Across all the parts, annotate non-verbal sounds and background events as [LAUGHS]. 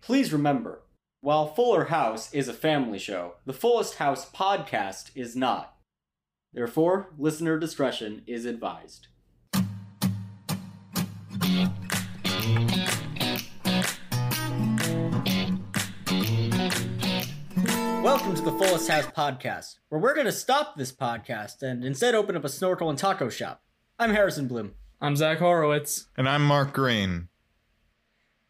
Please remember, while Fuller House is a family show, the Fullest House podcast is not. Therefore, listener discretion is advised. Welcome to the Fullest House podcast, where we're going to stop this podcast and instead open up a snorkel and taco shop. I'm Harrison Bloom. I'm Zach Horowitz. And I'm Mark Green.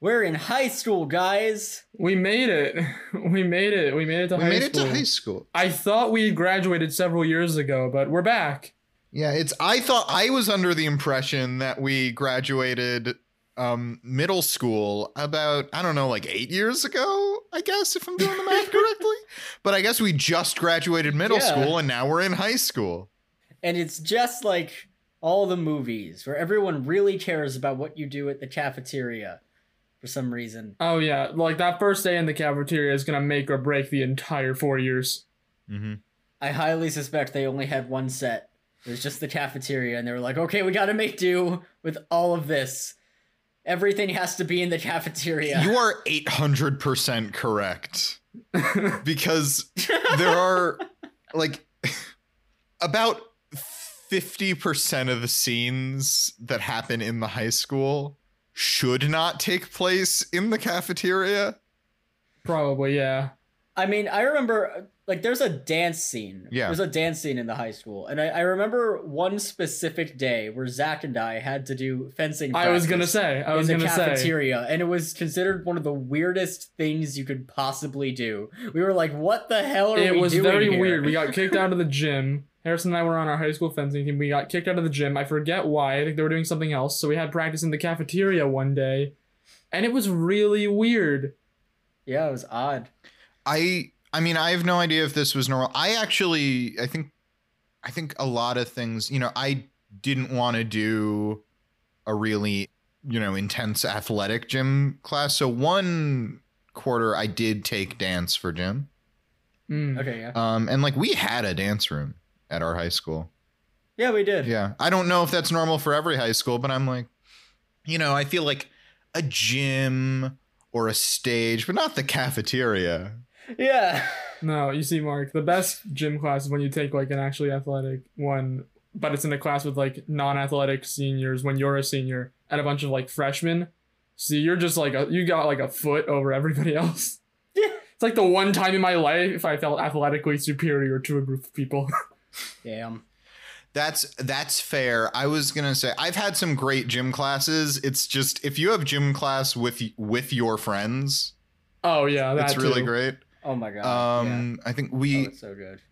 We're in high school, guys. We made it. [LAUGHS] We made it. We made it to We high made it school. to high school. I thought we graduated several years ago, but we're back. Yeah, it's I thought I was under the impression that we graduated um middle school about I don't know like 8 years ago, I guess if I'm doing [LAUGHS] the math correctly. But I guess we just graduated middle Yeah. school and now we're in high school. And it's just like all the movies where everyone really cares about what you do at the cafeteria for some reason. Oh yeah, like that first day in the cafeteria is gonna make or break the entire four years. Mhm. I highly suspect they only had one set. It was just the cafeteria, and they were like, okay, we gotta make do with all of this. Everything has to be in the cafeteria. You are 800% correct. because there are like about 50% of the scenes that happen in the high school should not take place in the cafeteria. Probably yeah. I mean, I remember uh, like there's a dance scene. Yeah. There's a dance scene in the high school. And I, I remember one specific day where Zach and I had to do fencing. I was gonna practice. say. I was in the gonna say. cafeteria, and it was considered one of the weirdest things you could possibly do. We were like, "What the hell are It we was doing very here?" weird. We got kicked [LAUGHS] out of the gym. Harrison and I were on our high school fencing team. We got kicked out of the gym. I forget why. I think they were doing something else. So we had practice in the cafeteria one day, and it was really weird. yeah, it was odd. I I mean, I have no idea if this was normal. I actually I think I think a lot of things, you know, I didn't want to do a really, you know, intense athletic gym class. So one quarter I did take dance for gym. Mm. Okay, yeah, Um, and like we had a dance room at our high school. yeah, we did. Yeah. I don't know if that's normal for every high school, but I'm like, you know, I feel like a gym or a stage, but not the cafeteria. Yeah. No, you see, Mark, the best gym class is when you take like an actually athletic one, but it's in a class with like non-athletic seniors when you're a senior and a bunch of like freshmen. See, you're just like a, you got like a foot over everybody [LAUGHS] else. Yeah. It's like the one time in my life I felt athletically superior to a group of people. [LAUGHS] Damn. That's that's fair. I was gonna say I've had some great gym classes. It's just if you have gym class with with your friends, oh yeah, that's it's really great. Oh my god. yeah. Um, I think Oh, we it's so good.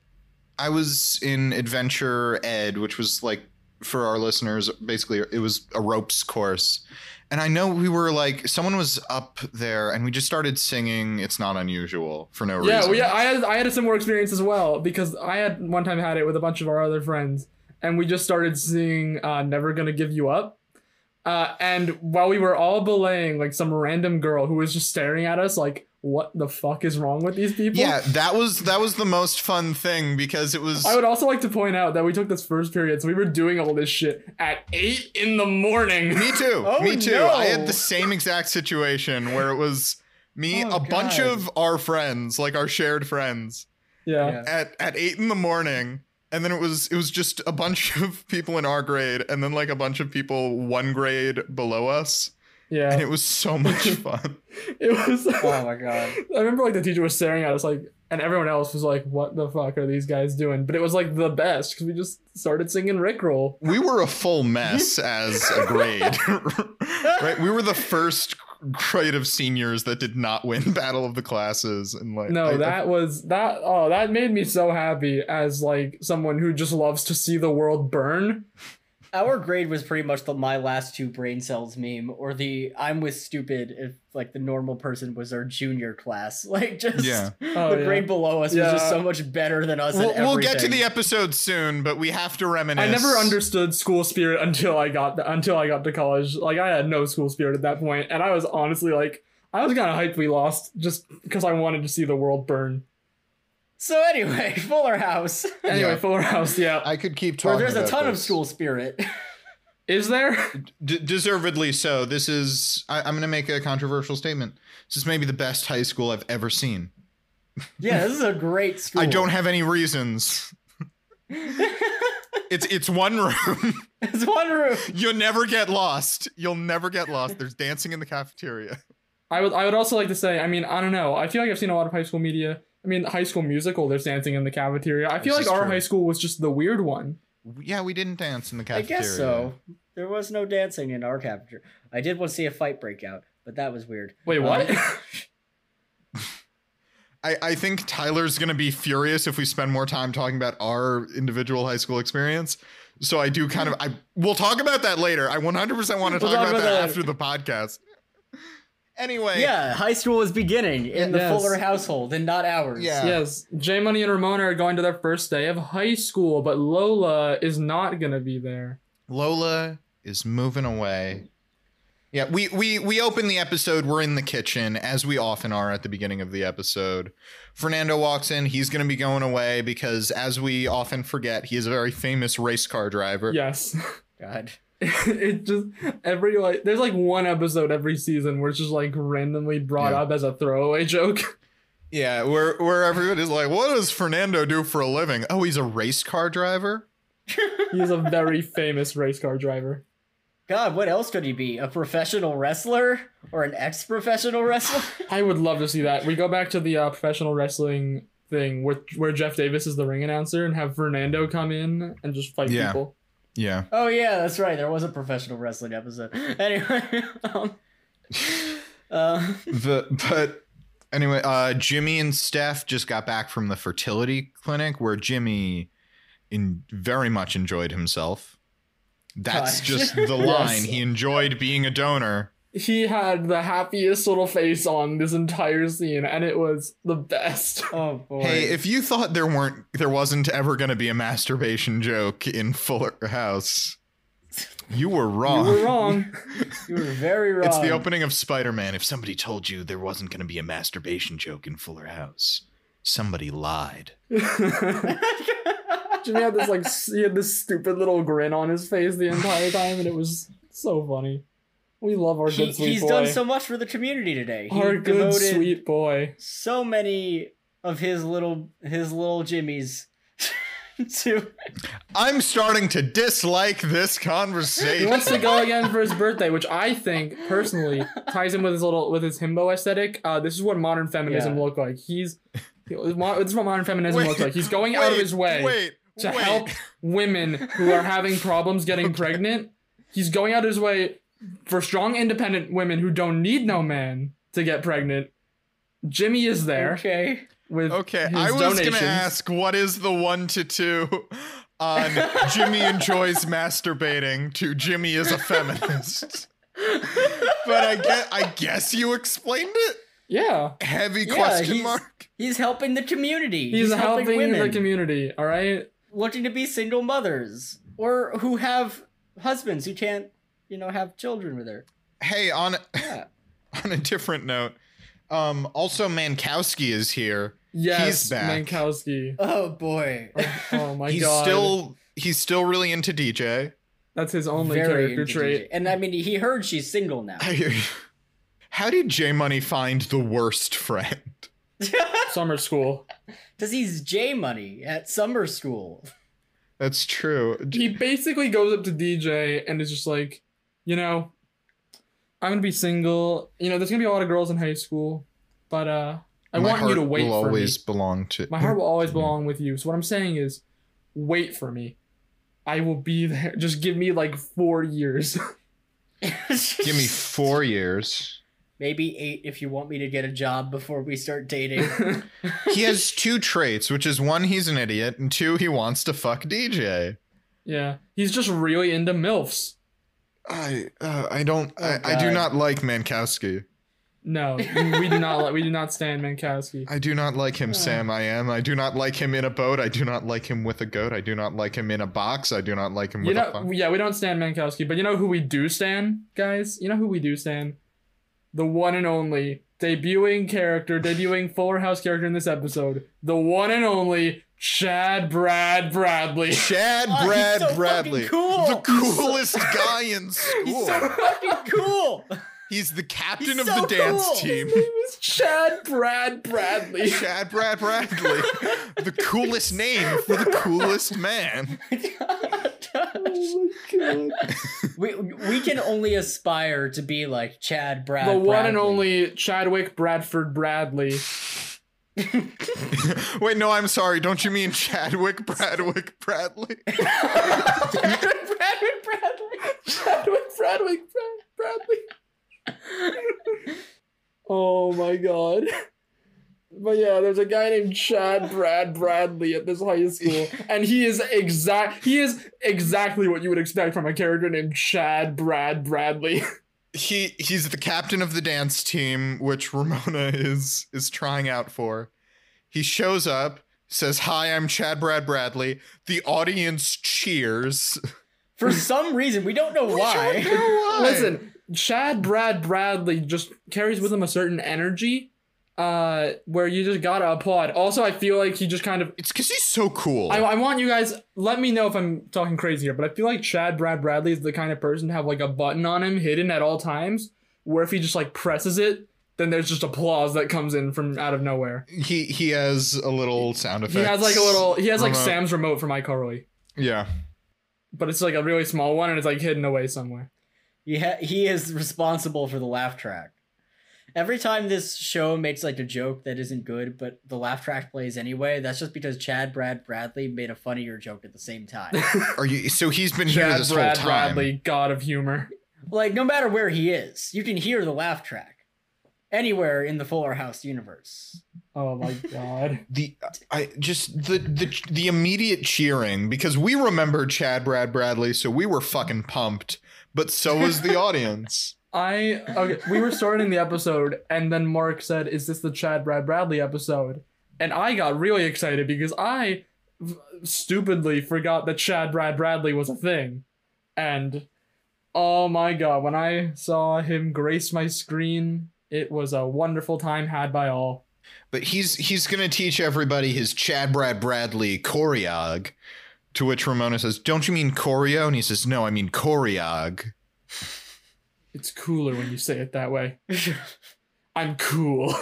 I was in Adventure Ed, which was like for our listeners, basically it was a ropes course. And I know we were like someone was up there and we just started singing It's Not Unusual for no Yeah, reason. well, yeah, I had I had a similar experience as well because I had one time had it with a bunch of our other friends, and we just started singing uh, "Never Gonna Give You Up," uh, and while we were all belaying like some random girl who was just staring at us like, "What the fuck is wrong with these people?" Yeah, that was that was the most fun thing because it was I would also like to point out that we took this first period, so we were doing all this shit at eight in the morning. [LAUGHS] Me too. Oh, me too. no. I had the same exact situation where it was me, Oh, a bunch God. of our friends, like our shared friends, yeah. Yeah. at at eight in the morning and then it was it was just a bunch [LAUGHS] of people in our grade and then like a bunch of people one grade below us yeah. and it was so [LAUGHS] much fun it was. Oh my god. I remember like the teacher was staring at us like, and everyone else was like, "What the fuck are these guys doing?" But it was like the best because we just started singing Rickroll. we were a full mess as a grade [LAUGHS] right we were the first grade of seniors that did not win [LAUGHS] battle of the classes and like No, I- I- that was that. Oh, that made me so happy as like someone who just loves to see the world burn. Our grade was pretty much the my last two brain cells meme, or the I'm with stupid if like the normal person was our junior class. [LAUGHS] Like just [LAUGHS] Yeah. Oh, the yeah. grade below us was just Yeah. so much better than us. at we'll, we'll get to everything. the episode soon but we have to reminisce I never understood school spirit [LAUGHS] until I got until I got to college. Like I had no school spirit at that point, and I was honestly like, I was kind of hyped we lost just because I wanted to see the world burn. So anyway, [LAUGHS] Fuller House. Anyway, Yeah. Fuller House, yeah. i could keep Where talking there's a about ton of this. school spirit. [LAUGHS] Is there? [LAUGHS] D- deservedly so. This is, I- I'm going to make a controversial statement. This is maybe the best high school I've ever seen. Yeah, this is a great school. [LAUGHS] I don't have any reasons. it's it's one room. [LAUGHS] It's one room. You'll never get lost. You'll never get lost. There's dancing in the cafeteria. [LAUGHS] I would I would also like to say, I mean, I don't know. I feel like I've seen a lot of high school media. I mean, high school musical, there's dancing in the cafeteria. I feel like This is our true. high school was just the weird one. Yeah, we didn't dance in the I cafeteria. guess so. There was no dancing in our capture. I did want to see a fight break out, but that was weird. Wait, [LAUGHS] what? [LAUGHS] Um, I, I think Tyler's gonna be furious if we spend more time talking about our individual high school experience. So I do kind of I we'll talk about that later. I 100 percent want to We'll talk talk about, about that that after the podcast. Anyway, yeah, high school is beginning in the Yes. Fuller household and not ours. Yeah. yes, J Money and Ramona are going to their first day of high school, but Lola is not gonna be there. Lola is moving away. Yeah, we we we open the episode. We're in the kitchen, as we often are at the beginning of the episode. Fernando walks in. He's gonna be going away because, as we often forget, he is a very famous race car driver. Yes, [LAUGHS] God. it just every like there's like one episode every season where it's just like randomly brought Yeah. up as a throwaway joke. [LAUGHS] Yeah, where where everybody's like, "What does Fernando do for a living?" Oh, he's a race car driver. He's a very famous race car driver. God, what else could he be? A professional wrestler or an ex-professional wrestler? [LAUGHS] I would love to see that. We go back to the uh, professional wrestling thing where, where Jeff Davis is the ring announcer and have Fernando come in and just fight Yeah. people. Yeah, oh yeah, that's right. There was a professional wrestling episode. [LAUGHS] Anyway, um, [LAUGHS] uh, the but anyway, uh, Jimmy and Steph just got back from the fertility clinic where Jimmy, in very much enjoyed himself. That's Gosh. just the line. He enjoyed being a donor. He had the happiest little face on this entire scene and it was the best. [LAUGHS] oh boy. Hey, if you thought there weren't there wasn't ever going to be a masturbation joke in Fuller House, you were You wrong. were wrong. you were very wrong. It's the opening of Spider Man. If somebody told you there wasn't going to be a masturbation joke in Fuller House, somebody lied. [LAUGHS] Jimmy had this like s- he had this stupid little grin on his face the entire time and it was so funny. We love our He- good sweet he's boy. done so much for the community today. He our good devoted sweet boy. so many of his little his little jimmies [LAUGHS] to I'm starting to dislike this He conversation. wants to go again for his birthday, which I think personally ties in with his little with his himbo aesthetic. Uh, this is what modern feminism Yeah. looked like. He's mo- this is what modern feminism Wait, looks like. He's going out of his way Wait, to wait. help women who are having problems getting pregnant. He's going out of his way for strong, independent women who don't need no man to get pregnant. Jimmy is there okay with Okay, his I was donations. going to ask what is the one to two on Jimmy [LAUGHS] enjoys masturbating to Jimmy is [LAUGHS] a feminist. but I guess, I guess you explained it. Yeah, Heavy Yeah, question he's- mark. he's helping the community he's, helping, women the community. All right. looking to be single mothers or who have husbands who can't you know have children with her Hey, on [LAUGHS] yeah [LAUGHS] on a different note, um, also Mankowski is here. Yes, back. Mankowski. oh boy [LAUGHS] Oh my he's god. still he's still really into DJ. That's his only Very character into DJ. trait. and i mean he heard she's single now I [LAUGHS] hear you. How did J Money find the worst friend? Summer school. because he's j money at summer school [LAUGHS] That's true. He basically goes up to DJ and is just like, you know, I'm gonna be single. You know, there's gonna be a lot of girls in high school, but uh, I My want you to heart wait Will for always me. belong to My heart will always belong with you. So what I'm saying is, wait for me. I will be there. [LAUGHS] Just give me like four years. [LAUGHS] [LAUGHS] Give me four years. maybe eight if you want me to get a job before we start [LAUGHS] dating He has two traits, which is one, he's an idiot, and two, he wants to fuck DJ. yeah, he's just really into milfs. I uh, I don't I, I do God. not like Mankowski. No, we do not. Let, we do not stand Mankowski. I do not like him, Sam. I am. I do not like him in a boat. I do not like him with a goat. I do not like him in a box. I do not like him You with a. know, fu- yeah, we don't stand Mankowski, but you know who we do stand, guys? You know who we do stand? The one and only debuting character, debuting Fuller House character in this episode, the one and only Chad Brad Bradley. [LAUGHS] Chad Oh, [LAUGHS] he's Brad so fucking Bradley, cool. the [LAUGHS] coolest guy in school. He's He's, so fucking [LAUGHS] cool. the captain He's of so the dance cool. [LAUGHS] team. It was Chad Brad Bradley. Chad Brad Bradley, the coolest name for the coolest man. [LAUGHS] Oh my god. we we can only aspire to be like Chad Brad. the one and Bradley. only Chadwick Bradford Bradley. Wait, no, I'm sorry. Don't you mean Chadwick Bradwick Bradley? Chadwick Bradley Bradley. Chadwick Bradley Brad- Bradley. [LAUGHS] oh my god. But yeah, there's a guy named Chad Brad Bradley at this high school, and he is exact. He is exactly what you would expect from a character named Chad Brad Bradley. He he's the captain of the dance team, which Ramona [LAUGHS] is is trying out for. He shows up, says, "Hi, I'm Chad Brad Bradley." The audience cheers. [LAUGHS] For some reason, we don't know [LAUGHS] why. Listen, Chad Brad Bradley just carries with him a certain energy, uh, where you just gotta applaud. Also, I feel like he just kind of It's because he's so cool. I, I want you guys. Let me know if I'm talking crazy here, but I feel like Chad Brad Bradley is the kind of person to have like a button on him hidden at all times, where if he just like presses it, then there's just applause that comes in from out of nowhere. he he has a little sound effect. He has like a little. He has like Remote. Sam's remote from iCarly, Yeah. but it's like a really small one and it's like hidden away somewhere. He ha- he is responsible for the laugh track. Every time this show makes like a joke that isn't good, but the laugh track plays anyway, that's just because Chad Brad Bradley made a funnier joke at the same time. Are you? So he's been here Chad this Brad whole time. Bradley, god of humor. like no matter where he is, you can hear the laugh track anywhere in the Fuller House universe. Oh my [LAUGHS] god. the I just the the the immediate cheering because we remember Chad Brad Bradley, so we were fucking pumped, but so [LAUGHS] was the audience. I okay, we were starting the episode, and then Mark said, "Is this the Chad Brad Bradley episode?" And I got really excited because I v- stupidly forgot that Chad Brad Bradley was a thing, and oh my god, when I saw him grace my screen, it was a wonderful time had by all. But he's he's gonna teach everybody his Chad Brad Bradley choreog. To which Ramona says, "Don't you mean choreo?" And he says, "No, I mean choreog." It's cooler when you say it that way. I'm cool.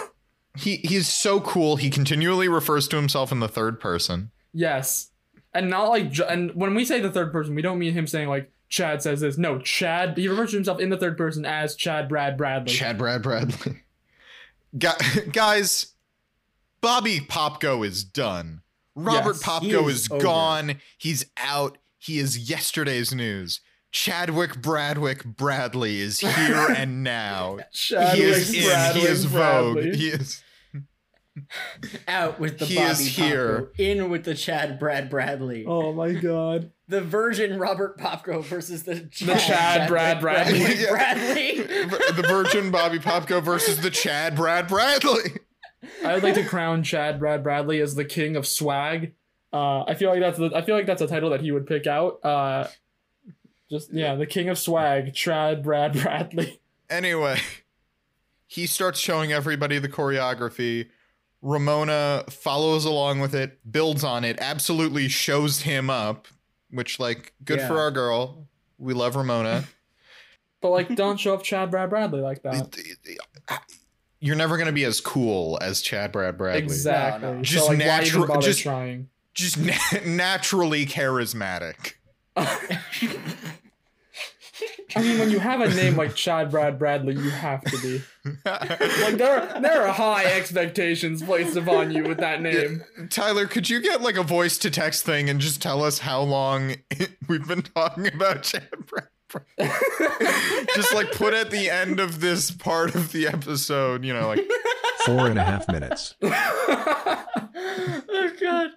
He he's so cool. He continually refers to himself in the third person. Yes. And not like, ju- and when we say the third person, we don't mean him saying like Chad says this. No, Chad. He refers to himself in the third person as Chad Brad Bradley. Chad Brad Bradley. [LAUGHS] Gu- guys, Bobby Popko is done. Robert Yes, he Popko is is, over. gone. He's out. He is yesterday's news. Chadwick Bradwick Bradley is here and now. Chad he is in. he is Vogue. He is. Out with the He Bobby is here. Popko, in with the Chad Brad Bradley. oh my god. The virgin Robert Popko versus the Chad, Chad Brad Bradley. [LAUGHS] Bradley. The Virgin Bobby Popko versus the Chad Brad Bradley. [LAUGHS] I would like to crown Chad Brad Bradley as the king of swag. Uh, I feel like that's the, I feel like that's a title that he would pick out. Uh, just yeah, the king of swag, Chad Brad Bradley. Anyway, he starts showing everybody the choreography. Ramona follows along with it, builds on it, absolutely shows him up, which like good for Yeah. our girl. We love Ramona. But like, don't show up Chad Brad Bradley like that. You're never gonna be as cool as Chad Brad Bradley. Exactly. No, no. Just so, like, why even natural- bother just- trying. Just na- [LAUGHS] naturally charismatic. [LAUGHS] I mean, when you have a name like Chad Brad Bradley, you have to be. Like there are there are high expectations placed upon you with that name. Tyler, could you get like a voice to text thing and just tell us how long [LAUGHS] we've been talking about Chad Brad? Bradley? [LAUGHS] just like put at the end of this part of the episode, you know, like [LAUGHS] Four and a half minutes. oh [SIGHS] god.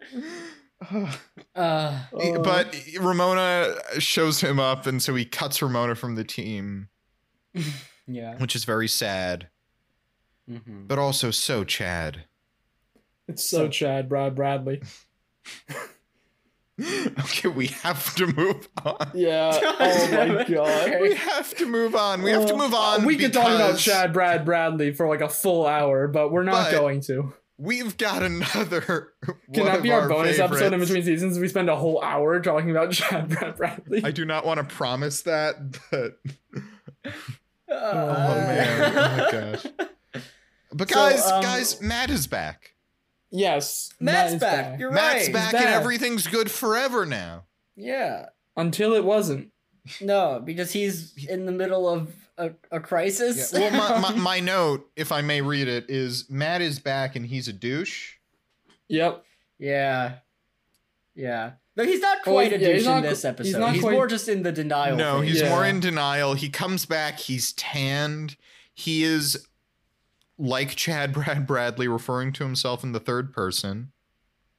Uh, [LAUGHS] but Ramona shows him up and so he cuts Ramona from the [LAUGHS] team, yeah. which is very sad, Mhm. but also so Chad. [GASPS] it's so Chad Brad Bradley. okay, we have to move on. [LAUGHS] Yeah. Oh my god. We have to move on. We have to move on. We could talk about because- Chad Brad Bradley for like a full hour, but we're not But- going to. we've got another. [LAUGHS] Can one that of be our, our bonus episode in favorites. between seasons? We spend a whole hour talking about [LAUGHS] Chad Brad Bradley. I do not want to promise that, but Oh, uh, oh man, [LAUGHS] oh my gosh. But So, guys, um, guys, Matt is back. yes, Matt's Matt is back. You're Matt's right. back, back. and everything's good forever now. Yeah. Until it wasn't. No, because he's in the middle of a, a crisis. Well, [LAUGHS] my, my, my note, if I may read it, is Matt is back and he's a douche. Yep. Yeah. Yeah. No, he's not Oh, quite a yeah, he's douche not in this qu- episode. he's He's, not quite- more just in the denial. No, phase. he's Yeah. more in denial. He comes back, he's tanned. He is like Chad Brad Bradley referring to himself in the third person.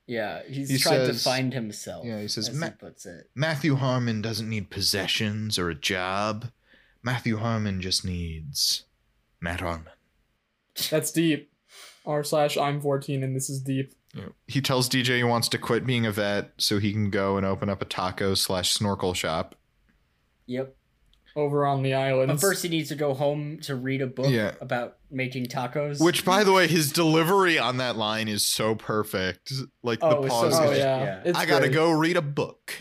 Yeah, he's He trying says- to find himself. Yeah, he says, as he "Ma- puts it. Matthew Harmon doesn't need possessions or a job. Matthew Harmon just needs Matt Harmon. That's deep. R slash I'm 14 and this is deep. He tells DJ he wants to quit being a vet so he can go and open up a taco slash snorkel shop. Yep. Over on the island. But first, he needs to go home to read a book Yeah. about making tacos. Which, by the way, his delivery on that line is so perfect. Like Oh, the it's so pause good. oh is yeah, Yeah. It's I gotta great. go read a book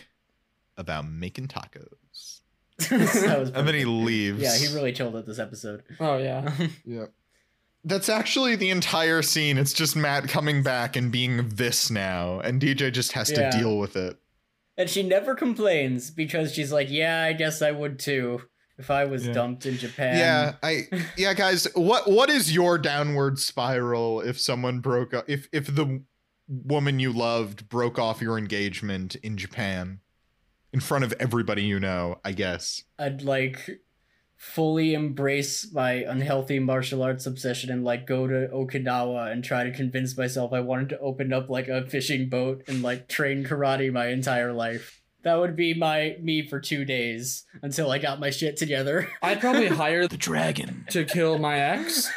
about making tacos. [LAUGHS] That was [LAUGHS] And then he perfect. leaves. Yeah, he really chilled at this episode. Oh yeah. Yeah. That's actually the entire scene. It's just Matt coming back and being this now, and DJ just has Yeah. to deal with it. And she never complains because she's like, "Yeah, I guess I would too if I was Yeah. dumped in Japan." yeah, I yeah, guys, what what is your downward spiral if someone broke up if if the woman you loved broke off your engagement in Japan in front of everybody you know, I guess. I'd like fully embrace my unhealthy martial arts obsession and like go to Okinawa and try to convince myself I wanted to open up like a fishing boat and like train karate my entire life. That would be my me for two days until I got my shit together. [LAUGHS] I'd probably hire The dragon. to kill [LAUGHS] my ex,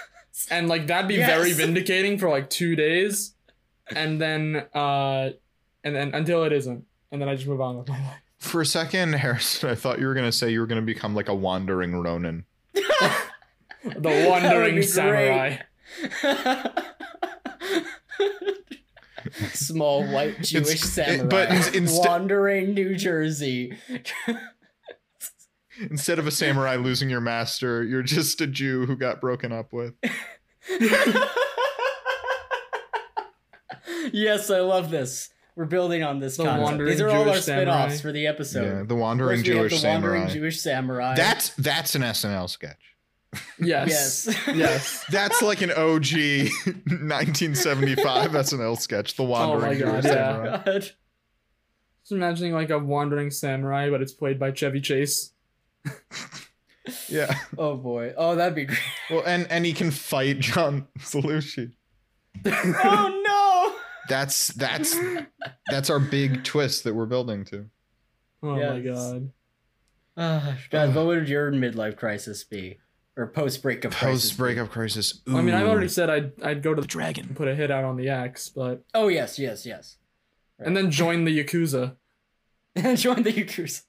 and like that'd be Yes. very vindicating for like two days, and then uh, and then until it isn't, and then I just move on with my [LAUGHS] life. For a second, Harrison, I thought you were gonna say you were gonna become like a wandering Ronin. The would be wandering great. samurai. Small white Jewish It's- samurai it- but in- insta- wandering New Jersey. Instead of a samurai losing your master, you're just a Jew who got broken up with. [LAUGHS] yes, I love this. We're building on this The concept. wandering These are all our Jewish samurai. spin-offs for the episode. yeah, the First, wandering we have Jewish the wandering samurai. Jewish samurai. That's that's an SNL sketch. [LAUGHS] Yes. yes. Yes. That's like an [LAUGHS] OG [LAUGHS] 1975 SNL sketch. The wandering Oh God, Jewish yeah. samurai. God. Just imagining like a wandering samurai, but it's played by Chevy Chase. Yeah. Oh boy. Oh, that'd be [LAUGHS] great. Well, and and he can fight John [LAUGHS] Belushi. oh That's that's that's our big twist that we're building to. Oh my Yes. god. no. Ah, God, what would your midlife crisis be, or post breakup? Post breakup crisis. I mean, I've Ooh. already said I'd I'd go to the dragon, and put a hit out on the axe, but Oh yes, yes, yes. [LAUGHS] and then join the yakuza. And join the Yakuza.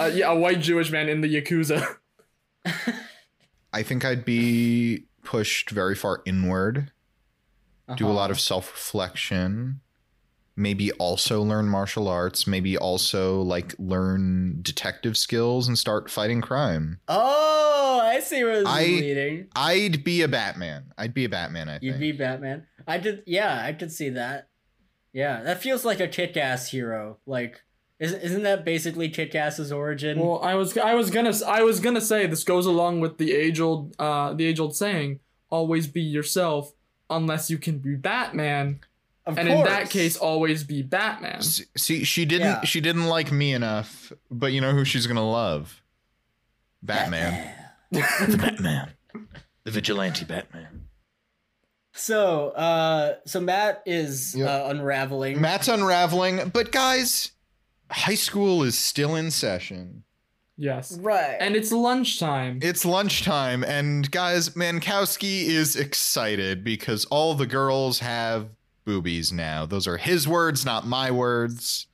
Uh, yeah, a white Jewish man in the yakuza. I think I'd be pushed very far inward. Uh-huh. do a lot of self reflection, maybe also learn martial arts, maybe also like learn detective skills and start fighting crime. Oh, I see where this I- is leading. I'd be a Batman. I'd be a Batman, I You'd think. be Batman. I did. Yeah, I could see that. Yeah, that feels like a kick-ass hero. Like, isn't isn't that basically kick-ass's origin? Well, I was I was gonna I was gonna say this goes along with the age old uh the age old saying always be yourself unless you can be Batman of and in that case oh, always be Batman. S- See, she didn't Yeah. she didn't like me enough, but you know who she's gonna love? Batman. the Batman. The vigilante Batman. So, uh, so Matt is Yeah. uh, unraveling. Matt's unraveling, but guys, high school is still in session. Yes. right. And it's lunchtime. It's lunchtime, and guys, Mankowski is excited because all the girls have boobies now. Those are his words, not my words.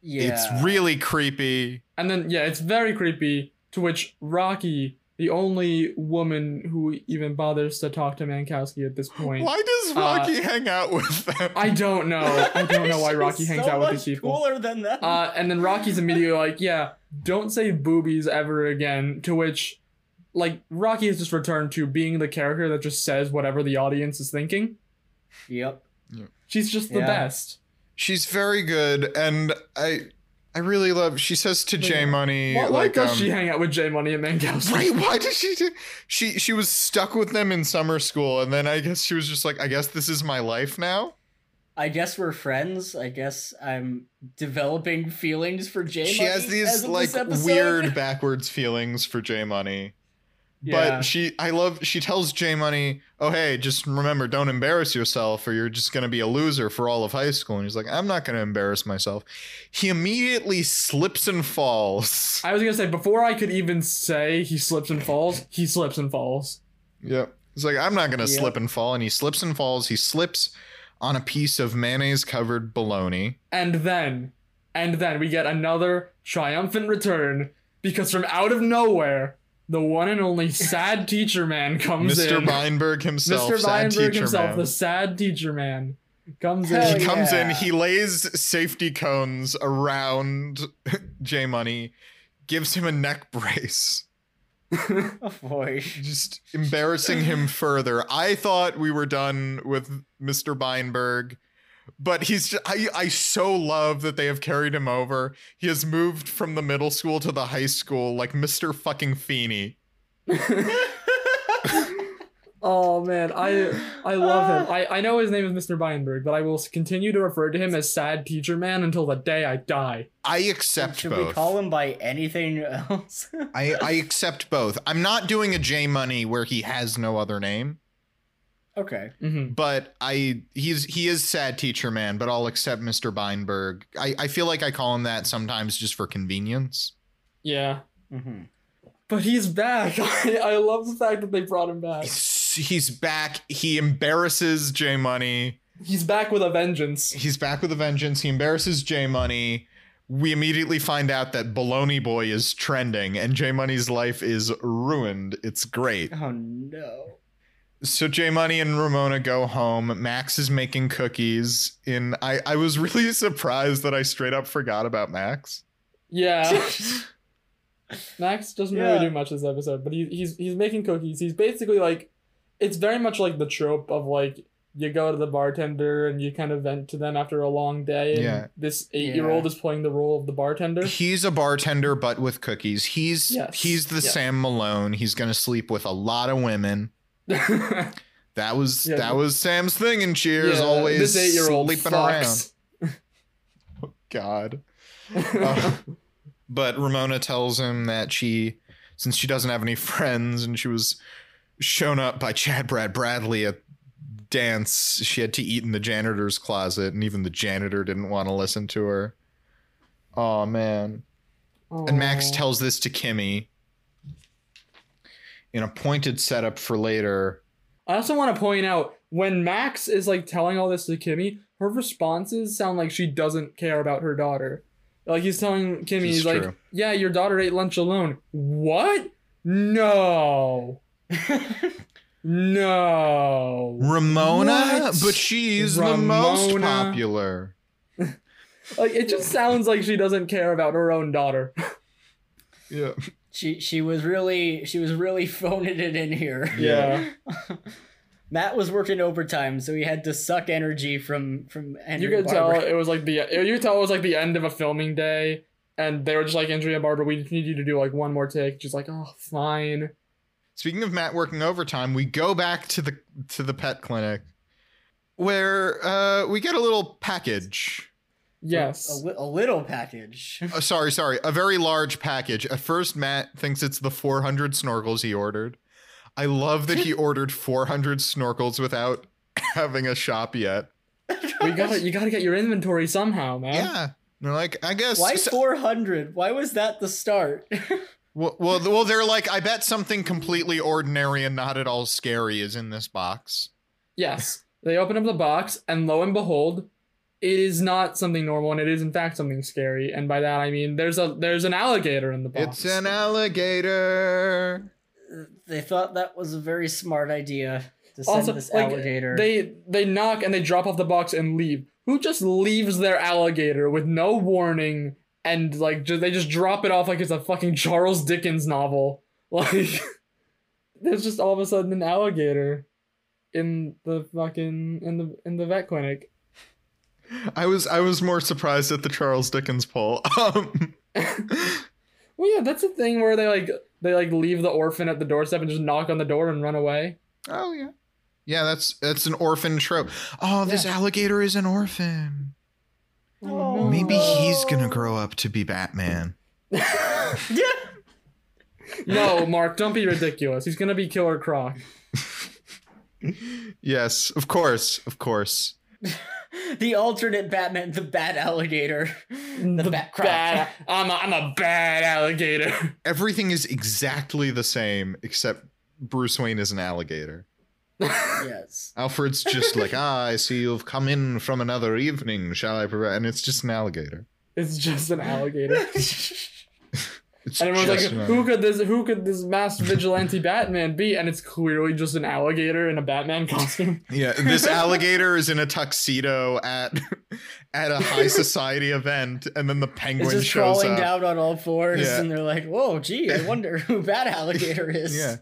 yeah. It's really creepy. And then yeah, it's very creepy. To which Rocky the only woman who even bothers to talk to Mankowski at this point. Why does Rocky hang out with them? Uh, I don't know. I Oh, [LAUGHS] don't know why She's Rocky hangs so out with much these people. Cooler than that. Uh, and then Rocky's immediately like, yeah, don't say boobies ever again. To which, like, Rocky has just returned to being the character that just says whatever the audience is thinking. yep. She's just the Yeah. best. She's very good, and I I really love. She says to J Money Why, why like does um, she hang out with J Money and [LAUGHS] Mankowski? Wait, why did she do? She she was stuck with them in summer school, and then I guess she was just like, I guess this is my life now. I guess we're friends. I guess I'm developing feelings for Jay. she has Money as these of like this episode. weird backwards feelings for J Money. Yeah. But she, I love. She tells J Money, "Oh hey, just remember, don't embarrass yourself, or you're just gonna be a loser for all of high school." And he's like, "I'm not gonna embarrass myself." He immediately slips [LAUGHS] and falls. I was gonna say before I could even say he slips and falls, he slips and falls. Yep. He's like, "I'm not gonna Yep. slip and fall," and he slips and falls. He slips on a piece of mayonnaise covered bologna. And then, and then we get another triumphant return because from out of nowhere, the one and only sad teacher man comes Mr. in. Weinberg himself, Mr. sad Weinberg teacher himself, man. the sad teacher man, comes Hell he in. yeah. comes in, he lays safety cones around [LAUGHS] J Money, gives him a neck brace, [LAUGHS] Oh [LAUGHS] boy. just [LAUGHS] embarrassing him further. I thought we were done with Mr. Weinberg, but he's just, I I so love that they have carried him over. He has moved from the middle school to the high school like Mr. fucking Feeney. Oh man, I I love him. I, I know his name is Mr. Weinberg, but I will continue to refer to him as sad teacher man until the day I die. I accept Should both. we call him by anything else? [LAUGHS] I, I accept both. I'm not doing a J Money where he has no other name. okay. hmm but I he's he is sad teacher man, but I'll accept Mr. Beinberg. I, I feel like I call him that sometimes just for convenience. Yeah. hmm But he's back. [LAUGHS] I, I love the fact that they brought him back. He's, he's back. He embarrasses J Money. He's back with a vengeance. He's back with a vengeance. He embarrasses J Money. We immediately find out that Baloney Boy is trending and J Money's life is ruined. It's great. Oh no. So J Money and Ramona go home. Max is making cookies. In I, I was [LAUGHS] really surprised that I straight up forgot about Max. [LAUGHS] Uh, Yeah. Max doesn't Yeah. really do much this episode, but he, he's he's making cookies. He's basically like, it's very much like the trope of like you go to the bartender and you kind of vent to them after a long day. And Yeah. This eight year old is playing the role of the [LAUGHS] bartender. He's a bartender, but with cookies. He's Yes. he's the Yeah. Sam Malone. He's gonna sleep with a lot of women. [LAUGHS] Years That was Yeah. that was Sam's thing in Cheers. always this eight year old sleeping around. [LAUGHS] God. Uh, but Ramona tells him that she, since she doesn't have any friends and she was shown up by Chad Brad Bradley at dance, she had to eat in the janitor's closet, and even the janitor didn't want to listen to her. Oh man. Uh, And Max tells this to Kimmy in a pointed setup for later. I also want to point out when Max is like telling all this to Kimmy, her responses sound like she doesn't care about her daughter. Like he's telling Kimmy, This is he's like, true. "Yeah, your daughter ate lunch alone." What? No. [LAUGHS] no. Ramona, What? but she's the most Ramona. popular. Like it just sounds like she doesn't care about her own daughter. Yeah. She she was really she was really phoning it in here. [LAUGHS] Yeah. Matt was working overtime, so he had to suck energy from from. Henry You could tell Barber. it was like the you could tell it was like the end of a filming day, and they were just like Andrea Barber, we just need you to do like one more take. She's like, oh, fine. Speaking of Matt working overtime, we go back to the to the pet clinic where uh, we get a little package. [LAUGHS] Yes. a, li- a little [LAUGHS] package. Uh, sorry, sorry, a very large package. At first, Matt thinks it's the 400 snorkels he ordered. I love [LAUGHS] that he ordered 400 snorkels without [LAUGHS] having a shop yet. We gotta, you gotta get your inventory somehow, man. Yeah. And they're like, I guess. Why so- four hundred? Why was that the start? [LAUGHS] Well, well, th- well, they're like, I bet something completely ordinary and not at all scary is in this box. Yes. They open up the box, and lo and behold, it is not something normal, and it is in fact something scary. And by that I mean there's a there's an alligator in the box. It's an alligator. they thought that was a very smart idea to send Also, this like, alligator. They they knock and they drop off the box and leave. Who just leaves their alligator with no warning and like ju- they just drop it off like it's a fucking Charles Dickens novel? [LAUGHS] Like there's just all of a sudden an alligator in the fucking in the in the vet clinic. I was I was more surprised at the Charles Dickens poll. [LAUGHS] Um, Well, yeah, that's the thing where they like they like leave the orphan at the doorstep and just knock on the door and run away. oh yeah, yeah. That's that's an orphan trope. Oh, this alligator is an orphan. Oh, Maybe no. he's gonna grow up to be Batman. yeah. [LAUGHS] No, Mark, don't be ridiculous. He's gonna be Killer Croc. Yes, of course, of course. The alternate Batman, the bat alligator, [LAUGHS] the, bat crop. Bad, I'm a, I'm a bad alligator. [LAUGHS] Everything is exactly the same except Bruce Wayne is an alligator. Yes. Alfred's [LAUGHS] just like, ah, I see you've come in from another evening. Shall I provide? And it's just an alligator. It's just an alligator. [LAUGHS] It's And everyone's just an like, alligator. who could this who could this masked vigilante Batman be? And it's clearly just an alligator in a [LAUGHS] Batman [LAUGHS] costume. Yeah, this alligator is in a tuxedo at [LAUGHS] at [LAUGHS] a high society event, and then the penguin It's just shows crawling up. down on all fours, Yeah. and they're like, "Whoa, gee, [LAUGHS] I wonder who bat alligator is." [LAUGHS] Yeah,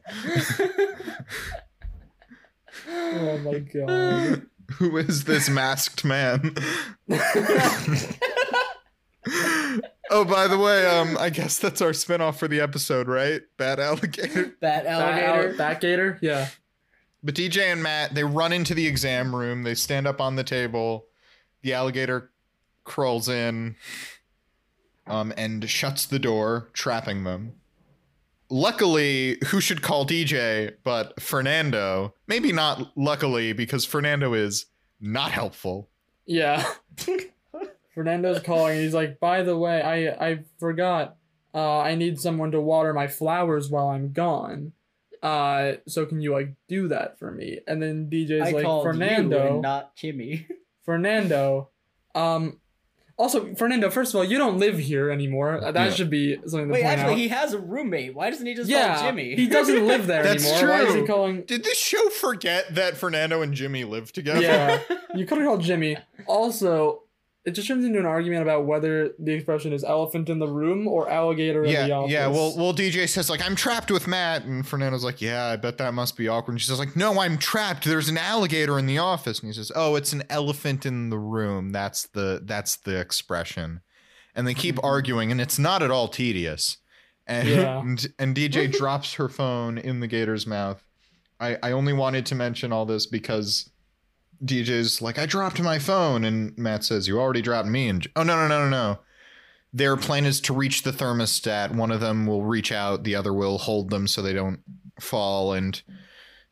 Oh my god. who is this masked man? [LAUGHS] oh, by the way, um, I guess that's our spinoff for the episode, right? Bad alligator. Bat [LAUGHS] alligator. Bat, bat gator? Yeah. But DJ and Matt, they run into the exam room. They stand up on the table. The alligator crawls in um, and shuts the door, trapping them. Luckily, who should call DJ but Fernando? Maybe not luckily, because Fernando is not helpful. [LAUGHS] Yeah. Fernando's calling. He's like, by the way, I I forgot. Uh, I need someone to water my flowers while I'm gone. Uh, so can you like do that for me? And then DJ's I like, called Fernando, you and not [LAUGHS] Kimmy. Fernando. Um, also, Fernando. First of all, you don't live here anymore. Uh, That Yeah. should be something to Wait, point actually, out. he has a roommate. Why doesn't he just yeah, call Jimmy? he doesn't live there [LAUGHS] That's anymore. Why is he true. calling? Did this show forget that Fernando and Jimmy live together? yeah, you could have called Jimmy. Also, it just turns into an argument about whether the expression is elephant in the room or alligator in the Yeah, office. yeah. Well, well, DJ says like I'm trapped with Matt, and Fernando's like, yeah, I bet that must be awkward. And she says like, no, I'm trapped. There's an alligator in the office, and he says, oh, it's an elephant in the room. That's the that's the expression. And they keep arguing, and it's not at all tedious. And Mm-hmm. Yeah. [LAUGHS] and, [LAUGHS] and DJ drops her phone in the gator's mouth. I I only wanted to mention all this because. DJ's like, I dropped my phone, and Matt says, You already dropped me. And oh, no, no, no, no, no their plan is to reach the thermostat. One of them will reach out, the other will hold them so they don't fall. And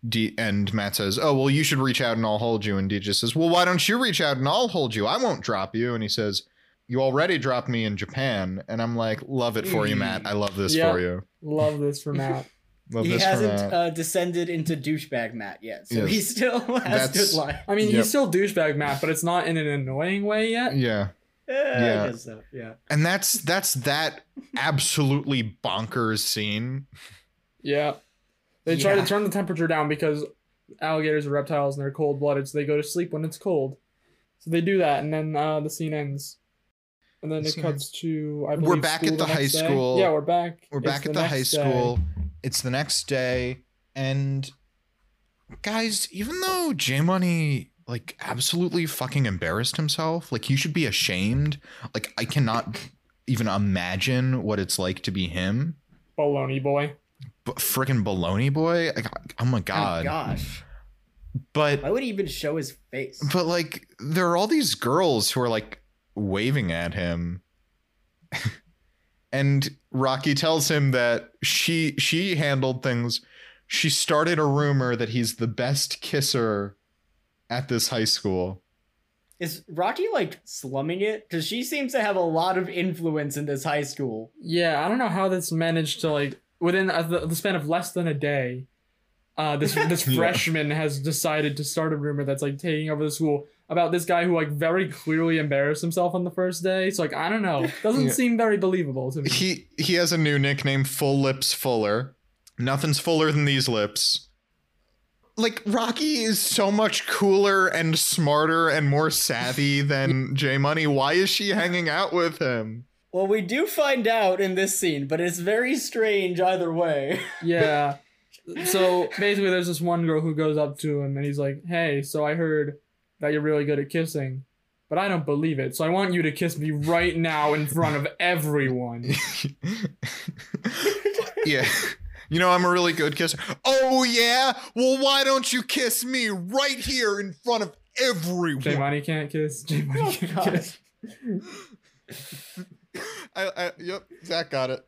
D- and Matt says, "Oh well, you should reach out and I'll hold you." And DJ says, "Well, why don't you reach out and I'll hold you? I won't drop you." And he says, "You already dropped me in Japan." And I'm like, "Love it for you, Matt. I love this Yeah. for you. love this for Matt. [LAUGHS] Love he this for hasn't Matt." uh, descended into douchebag Matt yet, so Yes. he still [LAUGHS] has That's- good life. [LAUGHS] I mean, Yep. he's still douchebag Matt, but it's not in an annoying way yet. yeah. yeah. Yeah. I guess so. Yeah. Oh, And that's that's that absolutely bonkers scene. Yeah. They try Yeah. to turn the temperature down because alligators are reptiles and they're cold blooded, so they go to sleep when it's cold. So they do that, and then uh, the scene ends. And then The it scene cuts to I We're believe back school at the high next day. school. Yeah, we're back. We're It's back at the high next day. school. It's the next day, and guys, even though J Money like absolutely fucking embarrassed himself, like you should be ashamed. Like I cannot even imagine what it's like to be him. Baloney boy. But freaking baloney boy. Like, oh my god. Oh, gosh. Why But would he even show his [LAUGHS] face? but like there are all these girls who are like waving at him. [LAUGHS] and Rocky tells him that she she handled things. She started a rumor that he's the best kisser at this high school. Is Rocky like slumming it? Because she seems to have a lot of influence in this high school. Yeah, I don't know how this managed to like within uh, the, the span of less than a day. Uh, this [LAUGHS] this Yeah. freshman has decided to start a rumor that's like taking over the school about this guy who like very clearly embarrassed himself on the first day. So like I don't know, doesn't Yeah. [LAUGHS] seem very believable to me. He he has a new nickname, Full Lips Fuller. Nothing's fuller than these lips. Like Rocky is so much cooler and smarter and more savvy than J Money. Why is she hanging out with him? Well, we do find out in this scene, but it's very strange either [LAUGHS] way. [LAUGHS] Yeah. So basically, there's this one girl who goes up to him and he's like, Hey, so I heard that you're really good at kissing, but I don't believe it. So I want you to kiss me right now in front of [LAUGHS] everyone. yeah. You know, I'm a really good kisser. Oh, yeah? Well, why don't you kiss me right here in front of J everyone? Money can't kiss. J Money Oh, can't God. kiss. [LAUGHS] I, I, yep, Zach got it.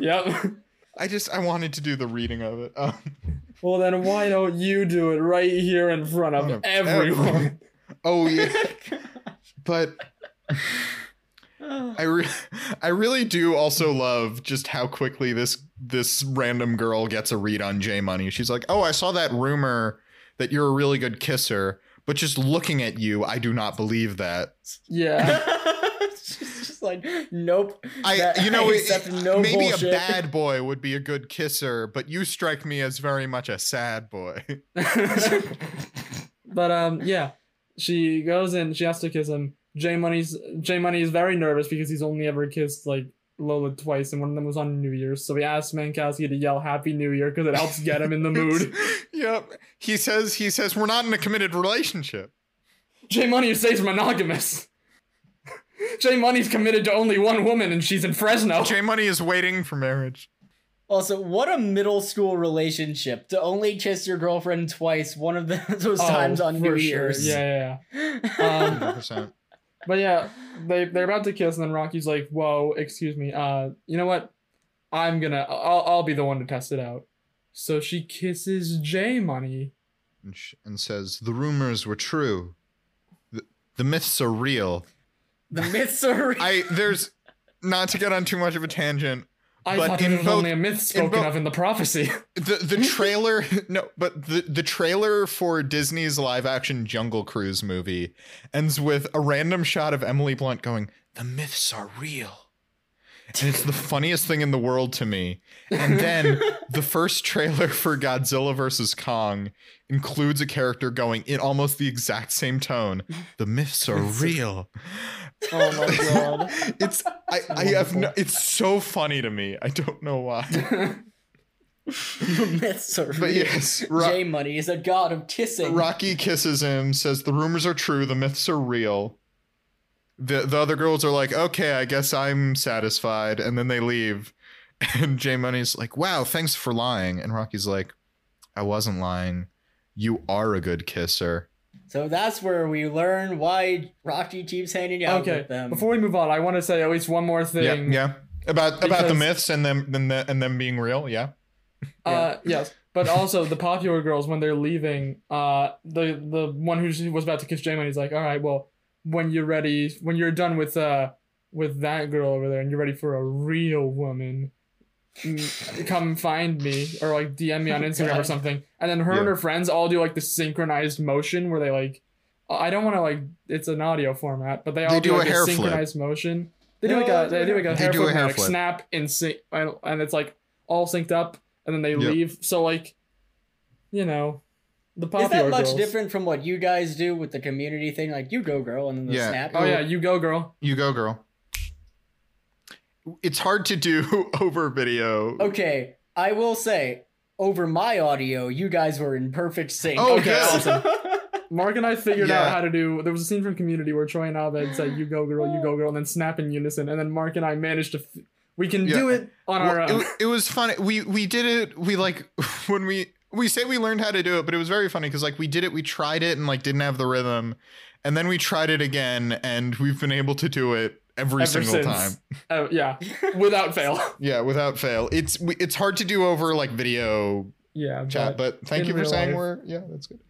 Yep. I just, I wanted to do the reading of it. Um, [LAUGHS] Well, then why don't you do it right here in front of Front of everyone? [LAUGHS] everyone. oh, yeah. But I, re- I really do also love just how quickly this this random girl gets a read on J Money. She's like, "Oh, I saw that rumor that you're a really good kisser, but just looking at you, I do not believe that." [LAUGHS] Yeah. [LAUGHS] She's just like, nope. I, That- you know, I it- accept it- no maybe bullshit. a bad boy would be a good kisser, but you strike me as very much a sad boy. [LAUGHS] but um, yeah, she goes in. She has to kiss him. J Money's J Money is very nervous because he's only ever kissed like Lola twice, and one of them was on New Year's. So he asked Mankowski to yell "Happy New Year" because it helps get him in [LAUGHS] the mood. yep. He says he says we're not in a committed relationship. J Money stays monogamous. [LAUGHS] J Money's committed to only one woman, and she's in Fresno. J Money is waiting for marriage. Also, what a middle school relationship to only kiss your girlfriend twice, one of the, [LAUGHS] those Oh, times on New for sure. Year's. [LAUGHS] Yeah, yeah. yeah. Um, 100%. But yeah, they they're about to kiss, and then Rocky's like, "Whoa, excuse me. Uh, you know what? I'm gonna. I'll I'll be the one to test it out." So she kisses J Money. and, sh- and says the rumors were true the, the myths are real The myths are real. i there's not to get on too much of a tangent I But thought in it was both- only a myth spoken both- of in the prophecy. the the trailer [LAUGHS] no but the the trailer for disney's live action jungle cruise movie ends with a random shot of emily blunt going the myths are real and it's the funniest thing in the world to me and then the first trailer for godzilla vs kong includes a character going in almost the exact same tone the myths are real oh my god. it's I, I have no, it's so funny to me. I don't know why. the [LAUGHS] myths are real. But yes, Ro- J Money is a god of kissing. Rocky kisses him, says the rumors are true, the myths are real. The the other girls are like, okay, I guess I'm satisfied, and then they leave. [LAUGHS] And J Money's like, wow, thanks for lying. And Rocky's like, I wasn't lying. You are a good kisser. So that's where we learn why Rocky keeps hanging out [LAUGHS] Okay. with them. Before we move on, I want to say at least one more Yeah, thing. yeah. About about the Because- myths and them and, the, and them being real. Yeah. Uh, yes. But also the popular girls when they're leaving, uh, the the one who she was about to kiss J Money's like, all right, well, when you're ready, when you're done with uh with that girl over there, and you're ready for a real woman, mm, come find me or like DM me on Instagram or God. something. And then her Yeah. and her friends all do like the synchronized motion where they like, I don't want to like, it's an audio format, but they all They do, do a like, hair flip. synchronized motion. They do No, like a they do like a They hair do flip, a and, hair like flip. snap and sync, and it's like all synced up, and then they Yep. leave. So like, you know, the is popular that much girls. different from what you guys do with the community thing? Like you go girl and then the Yeah. snap. Oh yeah, you go, girl. You go, girl. It's hard to do [LAUGHS] over video. Okay, I will say over my audio, you guys were in perfect sync. Oh, Okay, good. awesome. [LAUGHS] Mark and I figured Yeah. out how to do. There was a scene from Community where Troy and Abed said, "You go, girl. You go, girl," and then snap in unison, and then Mark and I managed to. F- we can Yeah. do it on our Well, own. It, it was funny. We we did it. We like [LAUGHS] when we we say we learned how to do it, but it was very funny because like we did it. We tried it and like didn't have the rhythm, and then we tried it again, and we've been able to do it every Ever single since. time. Oh, [LAUGHS] yeah, without fail. Yeah, without fail. It's we- it's hard to do over like video Yeah, chat, but, thank in you for real saying life. we're yeah, that's good.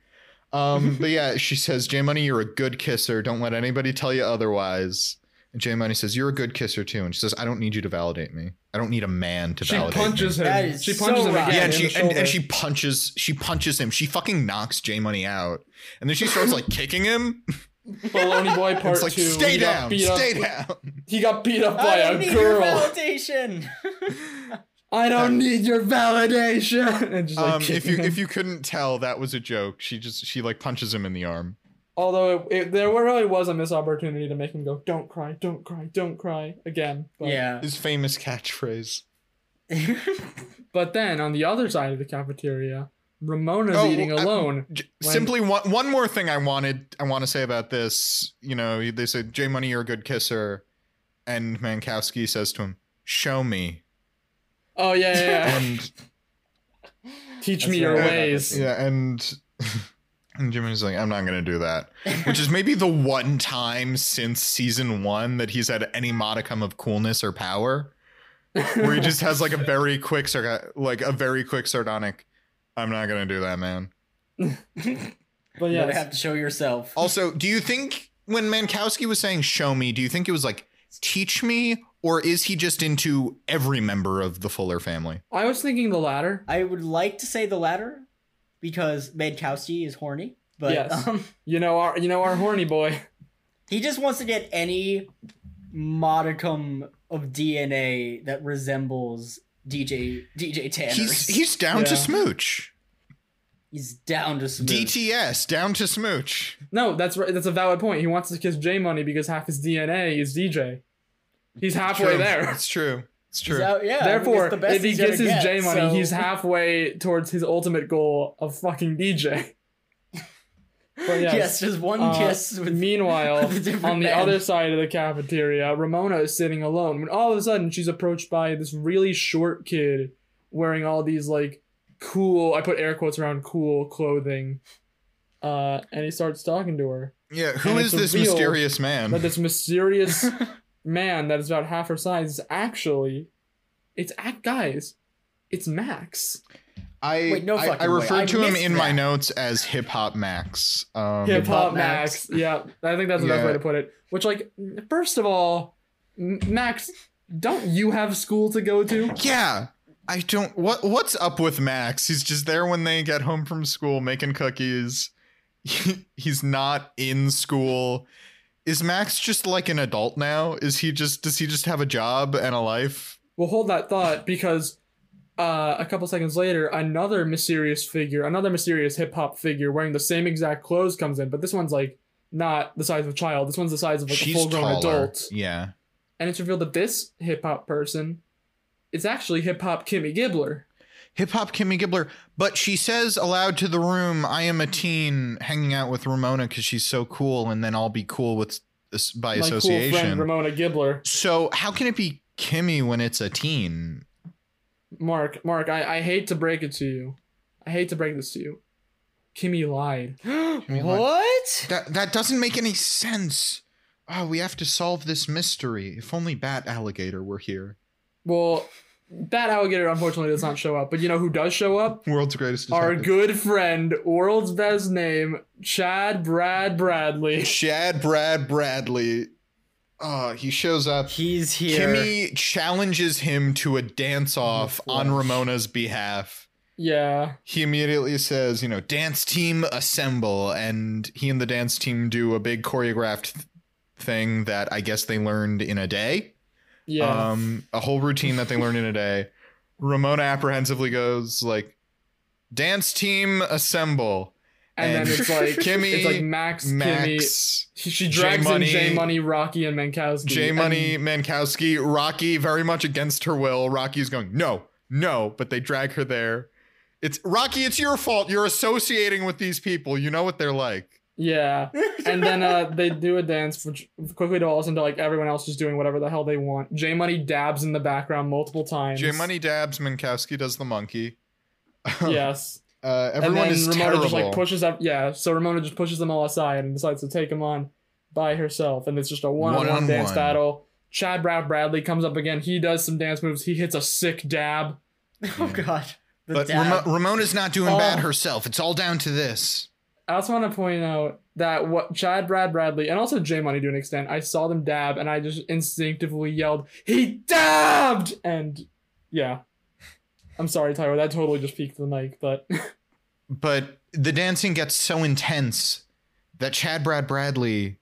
Um, [LAUGHS] but yeah, she says, J Money, you're a good kisser. Don't let anybody tell you otherwise. And J Money says, You're a good kisser too. And she says, I don't need you to validate me. I don't need a man to she validate me. punches him. That is she punches so him right. again. Yeah, in and the she and, shoulder. and she punches she punches him. She fucking knocks J Money out, and then she starts like kicking him. [LAUGHS] Baloney Boy Part it's like Two. stay he down, got beat [LAUGHS] stay up. down. He got beat up by I don't a need your [LAUGHS] girl. validation. I don't need your validation. [LAUGHS] And just, like, um, if kicking you him. if you couldn't tell, that was a joke. She just she like punches him in the arm. Although it, it, there really was a missed opportunity to make him go, "Don't cry, don't cry, don't cry" again. But, yeah. His famous catchphrase. But then on the other side of the cafeteria, Ramona's Oh, eating I- alone. J- When- Simply one one more thing I wanted I want to say about this. You know, they said J Money, you're a good kisser, and Mankowski says to him, "Show me." oh yeah, yeah. yeah. And Teach [LAUGHS] That's me your right. ways. yeah, and [LAUGHS] and Jimmy's like, "I'm not gonna do that," which is maybe the one time since season one that he's had any modicum of coolness or power, where he just has like a very quick sarca- like a very quick sardonic. I'm not gonna do that, man. But [LAUGHS] You gotta yeah, have to show yourself. Also, do you think when Mankowski was saying "show me," do you think it was like "teach me," or is he just into every member of the Fuller family? I was thinking the latter. I would like to say the latter because Mankowski is horny, but Yes. um, [LAUGHS] You know our, you know our horny boy. [LAUGHS] [LAUGHS] he just wants to get any modicum of DNA that resembles DJ DJ Tanner. He's he's down to Yeah. smooch. He's down to smooth. DTS down to smooch. No, that's right. That's a valid point. He wants to kiss J Money because half his DNA is DJ. He's halfway True. there. It's true. It's true. He's out- yeah, Therefore, it's the best if he he's gonna gets his get, J Money, so- he's halfway towards his ultimate goal of fucking DJ. [LAUGHS] But yes. yes. just one Uh, kiss with [GASPS] [LAUGHS] Meanwhile, with a different on the man. other side of the cafeteria, Ramona is sitting alone when all of a sudden she's approached by this really short kid wearing all these like cool I put air quotes around cool clothing. Uh, and he starts talking to her. yeah, who and is it's this revealed mysterious man? But this mysterious man that is about half her size is actually it's act guys, it's Max. I Wait, no I, I fucking way. referred I to him missed in my that. notes as Hip Hop Max. Um, Hip Hop Hop Max. Max. Yeah, I think that's the best Yeah. way to put it. Which, like, first of all, M- Max, don't you have school to go to? Yeah, I don't. What what's up with Max? He's just there when they get home from school making cookies. [LAUGHS] He's not in school. Is Max just like an adult now? Is he just does he just have a job and a life? Well, hold that thought because uh, a couple seconds later, another mysterious figure, another mysterious hip hop figure wearing the same exact clothes comes in, but this one's like not the size of a child. This one's the size of like a She's full grown taller. adult. Yeah. And it's revealed that this hip hop person is actually hip hop Kimmy Gibbler. Hip hop Kimmy Gibbler, but she says aloud to the room, "I am a teen hanging out with Ramona because she's so cool, and then I'll be cool with My by cool friend association." Ramona Gibbler. so how can it be Kimmy when it's a teen? Mark, Mark, I, I hate to break it to you. I hate to break this to you. Kimmy lied. Oh what? That that doesn't make any sense. Oh, we have to solve this mystery. If only Bat Alligator were here. Well, that alligator unfortunately does not show up, but you know who does show up? World's greatest Our detective. good friend, world's best name, Chad Brad Bradley. [LAUGHS] Chad Brad Bradley. Uh, he shows up. He's here. [LAUGHS] Kimmy challenges him to a dance off on Ramona's behalf. Yeah. He immediately says, you know, dance team assemble. And he and the dance team do a big choreographed th- thing that I guess they learned in a day. Yeah. um, a whole routine that they learned in a day. Ramona apprehensively goes like, "Dance team assemble." and, and then it's like [LAUGHS] Kimmy, it's like Max, Kimmy. Max, She, she drags J-Money- in J Money, Rocky, and Mankowski. J Money, and- Mankowski, Rocky, very much against her will. Rocky's going, "No, no," but they drag her there. It's Rocky. It's your fault. You're associating with these people. You know what they're like. Yeah. and then uh, they do a dance, which quickly devolves into like everyone else just doing whatever the hell they want. J Money dabs in the background multiple times. [LAUGHS] J Money dabs. Mankowski does the monkey. Yes. Uh, everyone and then is Ramona terrible. just like pushes up. Yeah. So Ramona just pushes them all aside and decides to take them on by herself, and it's just a one-on-one, dance One-on-one. battle. Chad Brad Bradley comes up again. He does some dance moves. He hits a sick dab. Oh god. The but dad. Ramo- Ramona's not doing Oh. bad herself. It's all down to this. I also want to point out that what Chad Brad Bradley and also J Money to an extent, I saw them dab and I just instinctively yelled, "He dabbed!" And yeah, I'm sorry, Tyler, that totally just peaked the mic, but but the dancing gets so intense that Chad Brad Bradley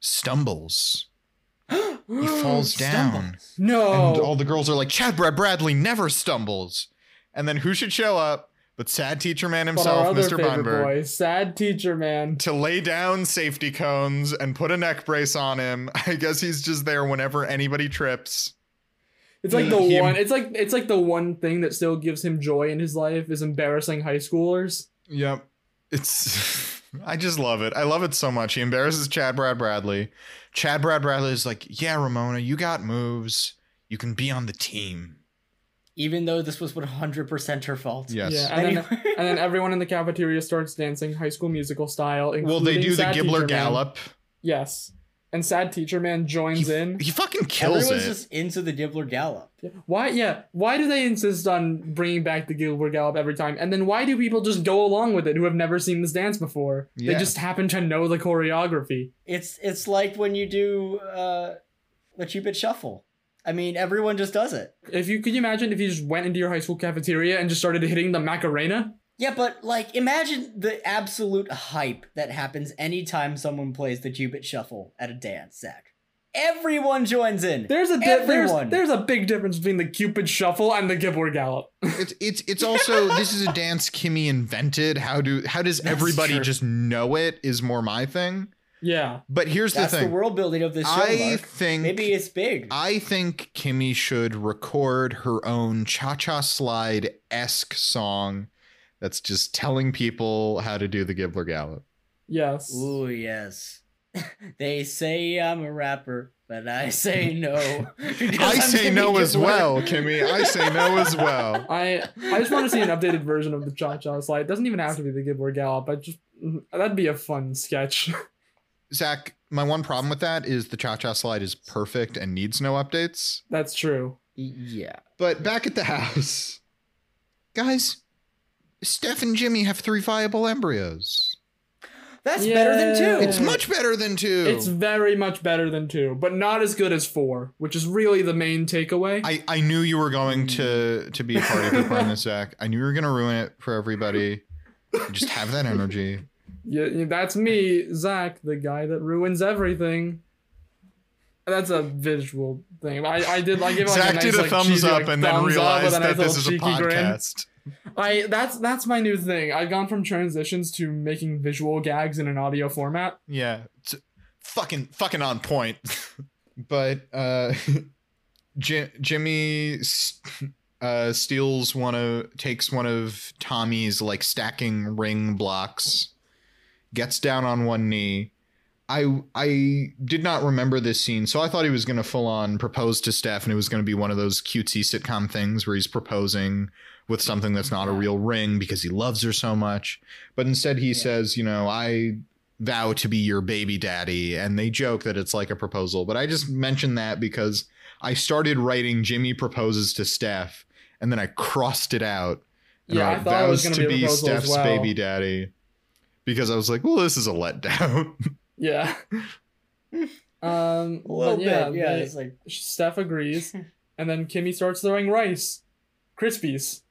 stumbles [GASPS] He [LAUGHS] falls Stumble. down. No. And all the girls are like, Chad Brad Bradley never stumbles. And then who should show up but sad teacher man But our himself, other Mr. favorite Bonberg, boy, sad teacher man. to lay down safety cones and put a neck brace on him. [LAUGHS] I guess he's just there whenever anybody trips. It's like the Mm, Him. one. It's like it's like the one thing that still gives him joy in his life is embarrassing high schoolers. Yep. It's [LAUGHS] I just love it. I love it so much. He embarrasses Chad Brad Bradley. Chad Brad Bradley is like, "Yeah, Ramona, you got moves. You can be on the team." Even though this was 100% her fault. Yes. Yeah, and [LAUGHS] Anyway. [LAUGHS] then, and then everyone in the cafeteria starts dancing High School Musical style. Well, they including do the Sad Gibbler Teacher Man. Gallop. Yes, and sad teacher man joins He, in. he fucking kills Everyone's it. just into the Dibbler Gallop. Why? Yeah. Why do they insist on bringing back the Gilbert Gallop every time? And then why do people just go along with it who have never seen this dance before? Yeah. They just happen to know the choreography. It's it's like when you do uh, the Cupid Shuffle. I mean, everyone just does it. If you could you imagine if you just went into your high school cafeteria and just started hitting the Macarena? Yeah, but like, imagine the absolute hype that happens anytime someone plays the Cupid Shuffle at a dance, Zach. Everyone joins in. There's a di- there's Everyone. there's a big difference between the Cupid Shuffle and the Gilbert Gallop. It's it's [LAUGHS] it's also this is a dance Kimmy invented. How do how does That's everybody true. just know it is more my thing. yeah. But here's That's the the, thing. world building of this show. I Mark. think Maybe it's big. I think Kimmy should record her own cha cha slide esque song that's just telling people how to do the Gibbler Gallop. Yes. Ooh, yes. [LAUGHS] they say I'm a rapper, but I say no. [LAUGHS] [LAUGHS] I say no as well, Kimmy. I say [LAUGHS] no as well. [LAUGHS] I I just want to see an updated version of the Cha Cha slide. It doesn't even have to be the Gilbert Gallop. I just mm-hmm, that'd be a fun sketch. Zach, my one problem with that is the cha cha slide is perfect and needs no updates. That's true. Yeah. But back at the house, guys, Steph and Jimmy have three viable embryos. That's better than two. Yay. It's much better than two. It's very much better than two, but not as good as four, which is really the main takeaway. I, I knew you were going to to be a party [LAUGHS] pooper on this, Zach. I knew you were gonna ruin it for everybody. Just have that energy. Yeah, yeah, that's me, Zach, the guy that ruins everything. That's a visual thing. I, I did like [LAUGHS] give it, like a nice, like, cheesy, like, thumbs up with nice little cheeky grin. I that's that's my new thing. I've gone from transitions to making visual gags in an audio format. Yeah, it's fucking fucking on point. [LAUGHS] but uh, [LAUGHS] Ji- Jimmy s- uh, steals one of takes one of Tommy's like stacking ring blocks, gets down on one knee. I I did not remember this scene, so I thought he was gonna full on propose to Steph, and it was gonna be one of those cutesy sitcom things where he's proposing with something that's not a real ring because he loves her so much. But instead, he says, you know, I vow to be your baby daddy and they joke that it's like a proposal but i just mentioned that because i started writing jimmy proposes to steph and then i crossed it out and Yeah, I wrote, thought it was vows gonna be a proposal as steph's well. baby daddy because i was like well this is a letdown [LAUGHS] [LAUGHS] Yeah. um A little but yeah, bit. Yeah. they- it's like [LAUGHS] Steph agrees, and then Kimmy starts throwing rice, Krispies.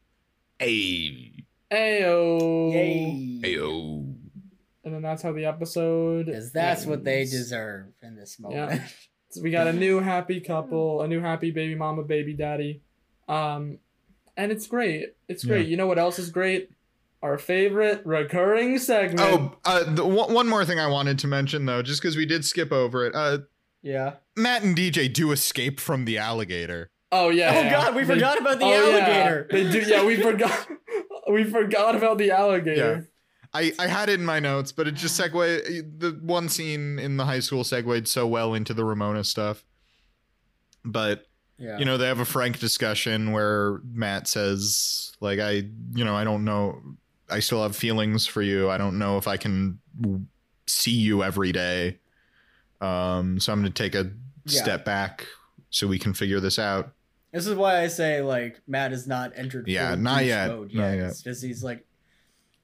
hey Ayo. yay. ayo And then that's how the episode. Because that's what they ends. deserve in this moment. [LAUGHS] So we got a new happy couple, a new happy baby mama, baby daddy, um, and it's great. It's great. You know what else is great? Our favorite recurring segment. oh uh, the, one one more thing i wanted to mention though just because we did skip over it uh Yeah. matt and dj do escape from the alligator Oh yeah. [LAUGHS] Oh yeah. God, we They- forgot about the oh, yeah. alligator. They [LAUGHS] do. Yeah, we forgot. we forgot about the alligator. I, I had it in my notes, but it just segued the one scene in the high school segued so well into the Ramona stuff. But Yeah. you know, they have a frank discussion where Matt says, like, I you know, I don't know I still have feelings for you. I don't know if I can w- see you every day. Um, so I'm gonna take a Yeah. step back so we can figure this out. This is why I say like Matt is not entered. Yeah, full not douche yet, Mode not yet. yet. It's just he's like,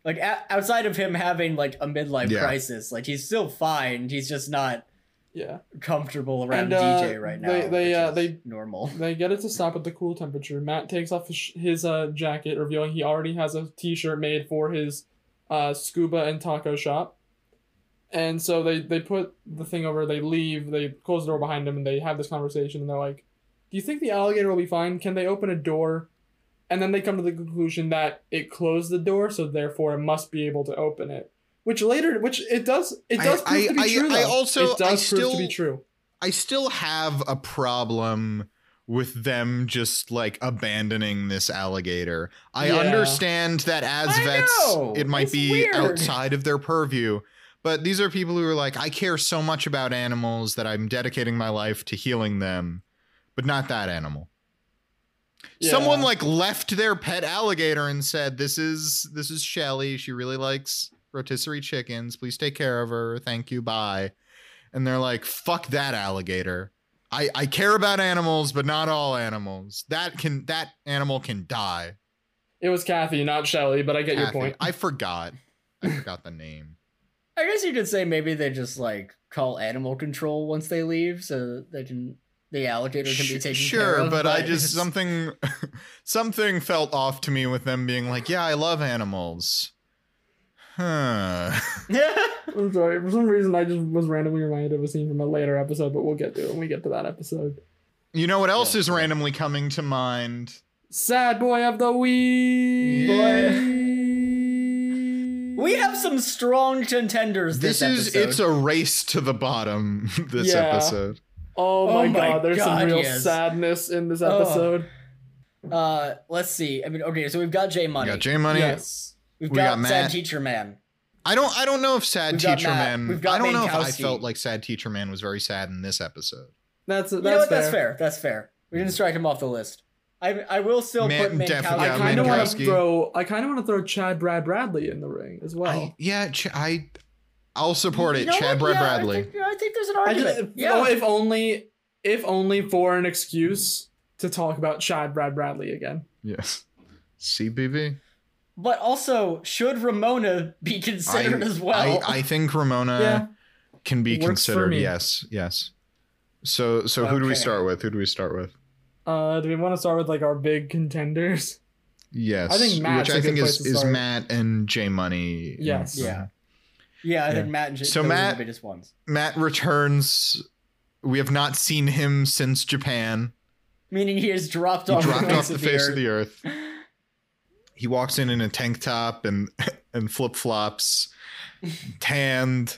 like o- outside of him having like a midlife Yeah. crisis, like he's still fine. He's just not Yeah. comfortable around And, uh, DJ right now. they- they, which uh, is they- normal. [LAUGHS] They get it to stop at the cool temperature. Matt takes off his, his uh, jacket, revealing he already has a t shirt made for his uh, scuba and taco shop. And so they they put the thing over. They leave. They close the door behind them, and they have this conversation. And they're like, "Do you think the alligator will be fine? Can they open a door?" And then they come to the conclusion that it closed the door, so therefore it must be able to open it. Which later, which it does, it does I- prove I- to be I- true. I though. also- it does I prove to be still- true. I still have a problem with them just like abandoning this alligator. I Yeah. understand that as I vets, know, it might it's be weird. outside of their purview, but these are people who are like, I care so much about animals that I'm dedicating my life to healing them, but not that animal. Someone Yeah. like left their pet alligator and said, "This is this is Shelly. She really likes rotisserie chickens. Please take care of her. Thank you. Bye." And they're like, "Fuck that alligator. I I care about animals, but not all animals. That can that animal can die." it was Kathy, not Shelley, but I get your Kathy. point. I forgot. I forgot the name. I guess you could say maybe they just like call animal control once they leave, so they can the [LAUGHS] alligator can be taken sure, care of. but, I just it's- something [LAUGHS] something felt off to me with them being like, "Yeah, I love animals." Huh. [LAUGHS] I'm sorry. For some reason, I just was randomly reminded of a scene from a later episode, but we'll get to it when we get to that episode. You know what else Yeah. is randomly coming to mind? Sad boy of the week. [LAUGHS] we have some strong contenders. This, This, is episode. it's a race to the bottom [LAUGHS] this Yeah. episode. Oh my, Oh my god, there's God, some real yes. sadness in this Oh, episode. Uh, let's see. I mean, okay, so we've got J We Money. got J Money. yes. We've we got, got Sad Matt. Teacher Man. I don't I don't know if Sad We've got Teacher Matt. Man We've got I don't know if I Minkowski. felt like Sad Teacher Man was very sad in this episode. That's that's, You know what? fair. That's fair. That's fair. We didn't strike him off the list. I I will still Man- put Minkowski. definitely- I Yeah, kind of want to Minkowski. throw. I kind of want to throw Chad Brad Bradley in the ring as well. I, yeah, Ch- I I'll support You it. know Chad what? Brad Yeah, I Bradley. think, I think there's an I argument. just, yeah. oh, if only, if only for an excuse to talk about Chad Brad Bradley again. Yes. CBB. But also, should Ramona be considered I, as well? I, I think Ramona Yeah. can be It works for considered. me. Yes. Yes. So so who do we Okay. start with? Who do we start with? Uh, do we want to start with like our big contenders? Yes. I think Matt's which a I good think place is, to is start. Matt and J Money. Yes. Yeah. [LAUGHS] yeah, I think Matt and J- So those are Matt- the biggest ones. Matt returns. We have not seen him since Japan. Meaning he has dropped He off dropped the off face, the face of earth. the earth. He walks in in a tank top and [LAUGHS] and flip flops, tanned,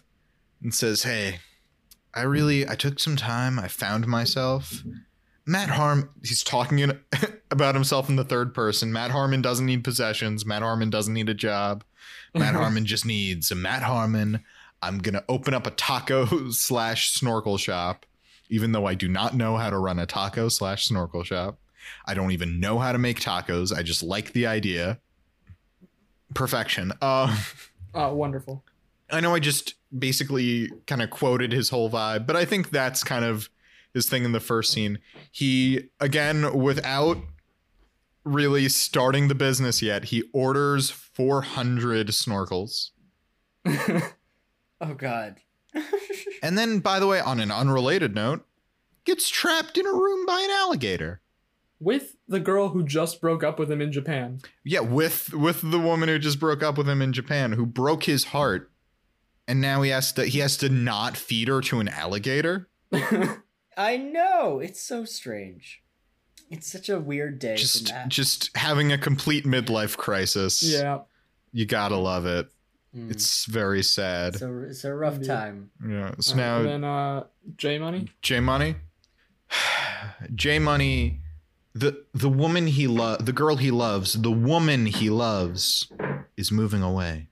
and says, "Hey, I really I took some time. I found myself." Matt Harm. He's talking in, [LAUGHS] about himself in the third person. Matt Harmon doesn't need possessions. Matt Harmon doesn't need a job. Matt Harmon just needs a Matt Harmon. I'm gonna open up a taco [LAUGHS] slash snorkel shop, even though I do not know how to run a taco slash snorkel shop. I don't even know how to make tacos. I just like the idea. Perfection. Uh, Oh, wonderful. I know I just basically kind of quoted his whole vibe, but I think that's kind of his thing in the first scene. He, again, without really starting the business yet, he orders 400 snorkels. Oh god. And then, by the way, on an unrelated note, gets trapped in a room by an alligator. With the girl who just broke up with him in Japan. Yeah, with with the woman who just broke up with him in Japan, who broke his heart, and now he has to he has to not feed her to an alligator. I know. It's so strange. It's such a weird day Just for Matt. just having a complete midlife crisis. yeah. Uh, Mm-hmm. you gotta love it. Mm. It's very sad. it's a, it's a rough Indeed. time. yeah. So Uh, now and then uh, J Money. J Money. [SIGHS] J Money, the the woman he loves, the girl he loves, the woman he loves, is moving away.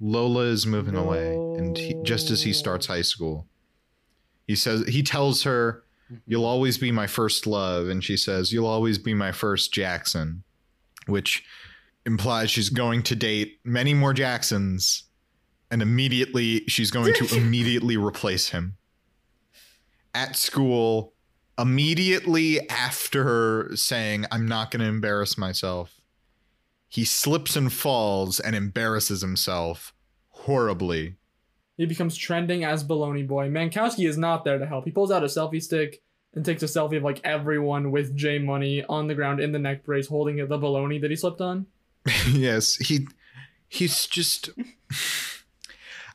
Lola is moving away, and he, just as he starts high school, he says he tells her, "You'll always be my first love," and she says, "You'll always be my first Jackson," which implies she's going to date many more Jacksons, and immediately she's going to immediately replace him at school immediately after saying i'm not going to embarrass myself he slips and falls and embarrasses himself horribly [LAUGHS] He becomes trending as Baloney Boy. Mankowski is not there to help. He pulls out a selfie stick and takes a selfie of like everyone with J Money on the ground in the neck brace holding the baloney that he slipped on. yes he he's just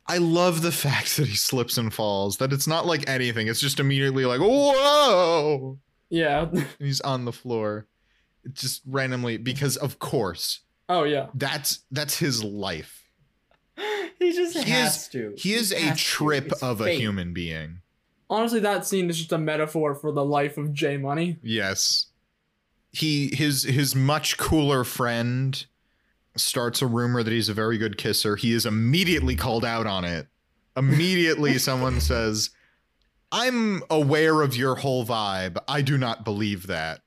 I love the fact that he slips and falls, that it's not like anything. It's just immediately like, whoa. Yeah. [LAUGHS] And he's on the floor. It's just randomly because of course. Oh yeah. That's that's his life. [LAUGHS] he just He has is- to. He is a has to. trip It's of a fate. human being. Honestly, that scene is just a metaphor for the life of J Money. [LAUGHS] Yes. He his his much cooler friend starts a rumor that he's a very good kisser. He is immediately called out on it. Immediately someone says, "I'm aware of your whole vibe. I do not believe that."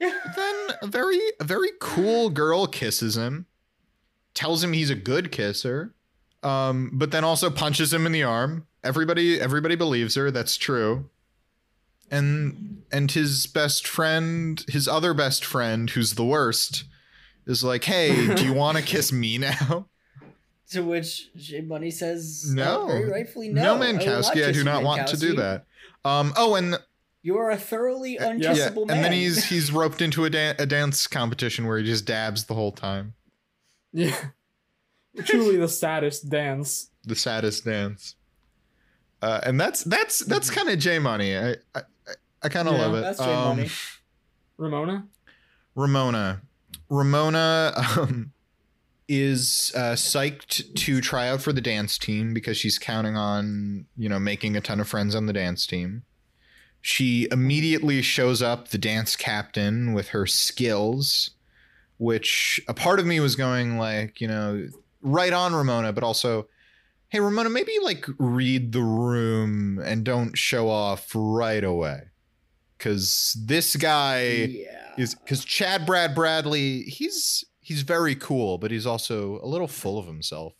then a very a very cool girl kisses him. Tells him he's a good kisser. Um, but then also punches him in the arm. Everybody everybody believes her. That's true. And and his best friend, his other best friend, who's the worst, is like, "Hey, do [LAUGHS] you want to kiss me now?" To which J Money says, No. uh, very rightfully, No, no. I will Mankowski, I kiss do you, not want to do Mankowski. that. Um. Oh, and You are a thoroughly Uh, unkissable yeah. yeah, man. and [LAUGHS] then he's he's roped into a, dan- a dance competition where he just dabs the whole time. Yeah. Truly the saddest dance. The saddest dance. Uh, and that's that's that's kind of J Money. I I, I kind of Yeah, love it. Mm-hmm. That's J Um, Money. Ramona? Ramona. Ramona um, is uh, psyched to try out for the dance team because she's counting on, you know, making a ton of friends on the dance team. She immediately shows up the dance captain with her skills, which a part of me was going like, you know, right on Ramona, but also, hey, Ramona, maybe like read the room and don't show off right away. Cause this guy yeah. is because Chad Brad Bradley, he's he's very cool, but he's also a little full of himself.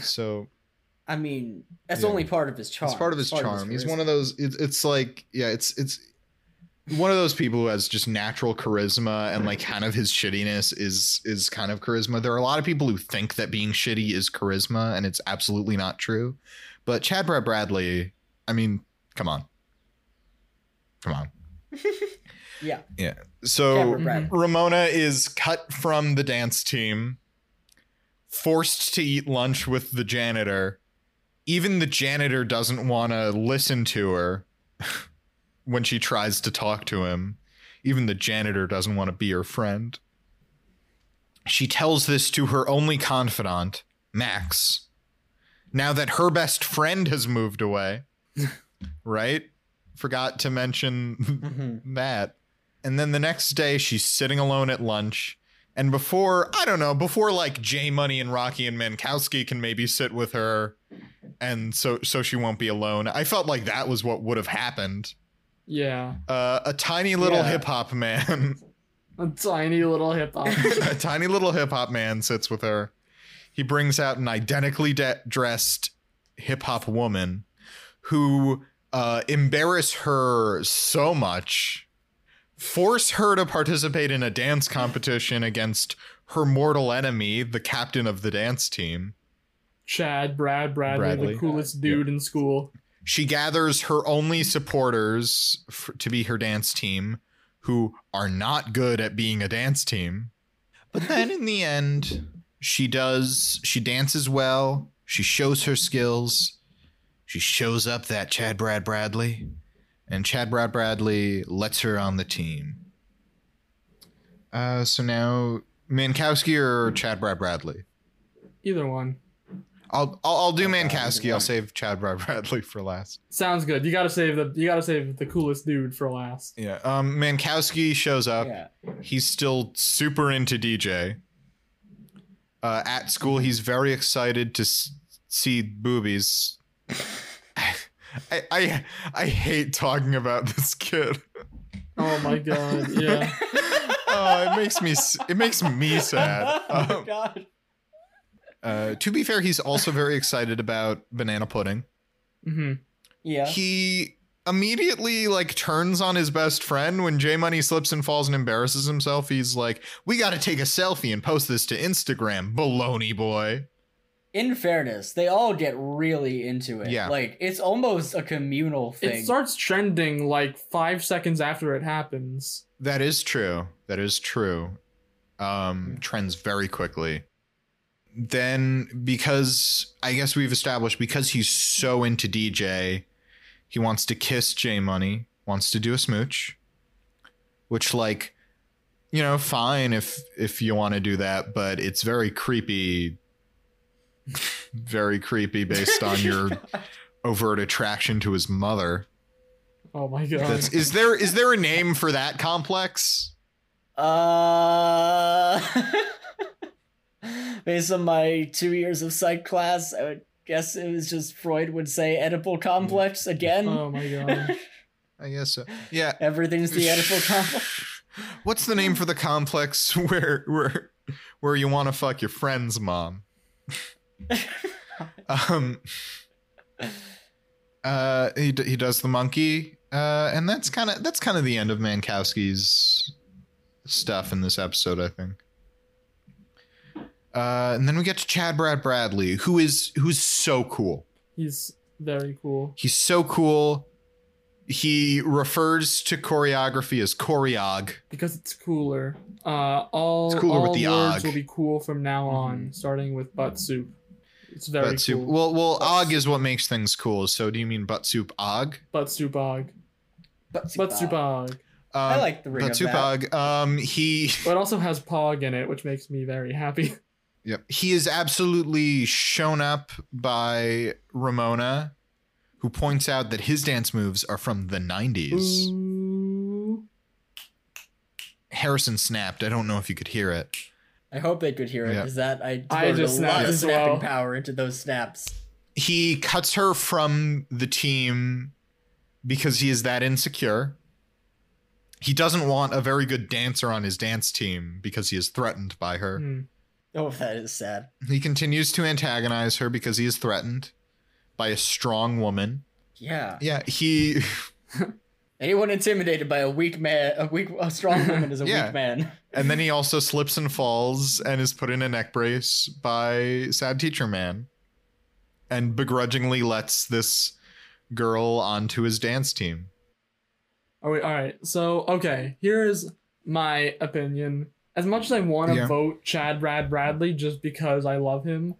So [LAUGHS] I mean, that's Yeah. only part of his charm. it's part of his charm. He's one of charisma. those. It's, it's like yeah, it's it's one of those people who has just natural charisma and like kind of his shittiness is is kind of charisma. There are a lot of people who think that being shitty is charisma, and it's absolutely not true. But Chad Brad Bradley, I mean, come on, come on. Yeah. yeah. So Deborah Bradley. Ramona is cut from the dance team, forced to eat lunch with the janitor. Even the janitor doesn't want to listen to her [LAUGHS] when she tries to talk to him. Even the janitor doesn't want to be her friend. She tells this to her only confidant, Max. Now that her best friend has moved away, right? Forgot to mention Mhm. that. And then the next day, she's sitting alone at lunch. And before, I don't know, before like J Money and Rocky and Mankowski can maybe sit with her and so so she won't be alone. I felt like that was what would have happened. Yeah. Uh, a tiny little Yeah. hip hop man, [LAUGHS] A tiny little hip hop. [LAUGHS] a tiny little hip hop man sits with her. He brings out an identically de- dressed hip hop woman who uh, embarrass her so much, force her to participate in a dance competition against her mortal enemy, the captain of the dance team. Chad, Brad, Bradley, Bradley. the coolest dude in school. She gathers her only supporters f- to be her dance team, who are not good at being a dance team. But then in the end, she does, she dances well, she shows her skills, she shows up that Chad Brad Bradley, and Chad Brad Bradley lets her on the team. Uh, so now Mankowski or Chad Brad Bradley? Either one. I'll, I'll, I'll do Okay, Mankowski. either I'll one. save Chad Brad [LAUGHS] Bradley for last. Sounds good. You gotta save the you gotta save the coolest dude for last. Yeah. Um, Mankowski shows up. Yeah. He's still super into DJ. Uh, at school, he's very excited to s- see boobies. [LAUGHS] I, I I hate talking about this kid. Oh [LAUGHS] my god. Yeah. [LAUGHS] Oh, it makes me s- it [LAUGHS] makes me sad. oh my Um, god. uh, to be fair, he's also very excited about banana pudding. hmm Yeah. he immediately like turns on his best friend when J Money slips and falls and embarrasses himself. He's like, "We got to take a selfie and post this to Instagram, baloney boy." In fairness, they all get really into it. Yeah. Like it's almost a communal thing. It starts trending like five seconds after it happens. That is true. That is true. Um, trends very quickly. then because I guess we've established because he's so into DJ, he wants to kiss J Money, wants to do a smooch, which like, you know, fine if if you want to do that, but it's very creepy, very creepy based on your overt attraction to his mother. Oh my god. That's is there is there a name for that complex? Uh, [LAUGHS] based on my two years of psych class, I would guess it was just Freud would say Oedipal complex again. oh my god. I guess so. [LAUGHS] Yeah, Everything's the [LAUGHS] Oedipal complex. [LAUGHS] What's the name for the complex [LAUGHS] where where where you want to fuck your [LAUGHS] friend's mom? um, [LAUGHS] uh, he d- he does the monkey, uh, and that's kind of that's kind of the end of Mankowski's stuff in this episode, I think. Uh, and then we get to Chad Brad Bradley, who is who's so cool. He's very cool. He's so cool. He refers to choreography as choreog. Because it's cooler. Uh all, It's cooler with all the words og. will be cool from now on, starting with butt soup. It's very butt soup. cool. Well, well, og is what makes things cool. So, do you mean butt soup og? butt soup og. But, Butt soup og. Um, I like the ring butt of soup that. og. Um, he, But it also has pog in it, which makes me very happy. yep, he is absolutely shown up by Ramona, who points out that his dance moves are from the '90s. Ooh. Harrison snapped. I don't know if you could hear it. I hope they could hear it Yeah. because that I I devoted just a lot snapped of as snapping well. power into those snaps. He cuts her from the team because he is that insecure. He doesn't want a very good dancer on his dance team because he is threatened by her. Hmm. Oh, that is sad. He continues to antagonize her because he is threatened by a strong woman. Yeah. Yeah, he [LAUGHS] Anyone intimidated by a weak man, a weak, a strong woman is a [LAUGHS] Yeah. weak man. and then he also slips and falls and is put in a neck brace by sad teacher man and begrudgingly lets this girl onto his dance team. All right, all right. So, okay, here's my opinion. As much as I want to Yeah. vote Chad Brad Bradley just because I love him,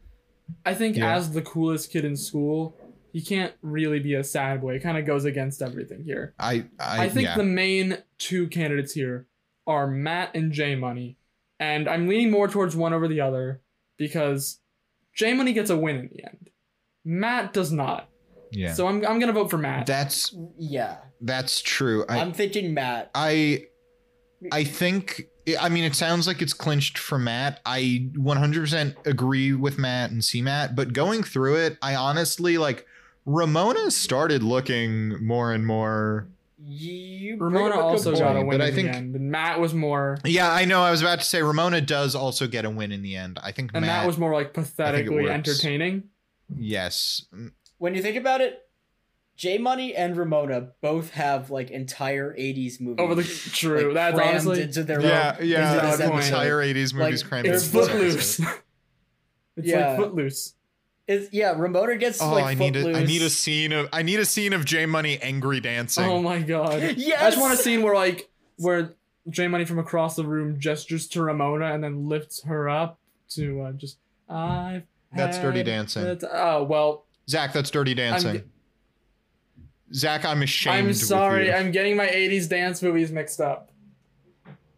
I think Yeah. as the coolest kid in school, he can't really be a sad boy. It kind of goes against everything here. I I, I, think yeah. the main two candidates here are Matt and J Money, and I'm leaning more towards one over the other because J Money gets a win in the end. Matt does not. yeah. So I'm, I'm going to vote for Matt. that's Yeah. that's true. I, I am thinking Matt. I I think I mean it sounds like it's clinched for Matt. I 100% agree with Matt and see Matt, but going through it, I honestly like Ramona started looking more and more. You bring up Ramona a good also point. got a point, win but I in think- the end, and Matt was more, Yeah, I know. I was about to say Ramona does also get a win in the end. I think and Matt Matt was more like pathetically works. entertaining. Yes. when you think about it, J Money and Ramona both have like entire '80s movies Over the like, true, that's crammed honestly into their Yeah, Is yeah. it The this entire 80s movies Like, [LAUGHS] crammed it's into this footloose. episode. it's Yeah. like footloose. Is yeah, Ramona gets Oh, like I need a, I need a [LAUGHS] Footloose. scene of I need a scene of J Money angry dancing. Oh my god! Yes. I just want a scene where like where J Money from across the room gestures to Ramona and then lifts her up to uh, just I've. That's dirty had dancing. the ti-" oh well, Zach, that's dirty dancing. Zach, I'm ashamed. I'm with sorry. you. I'm getting my '80s dance movies mixed up.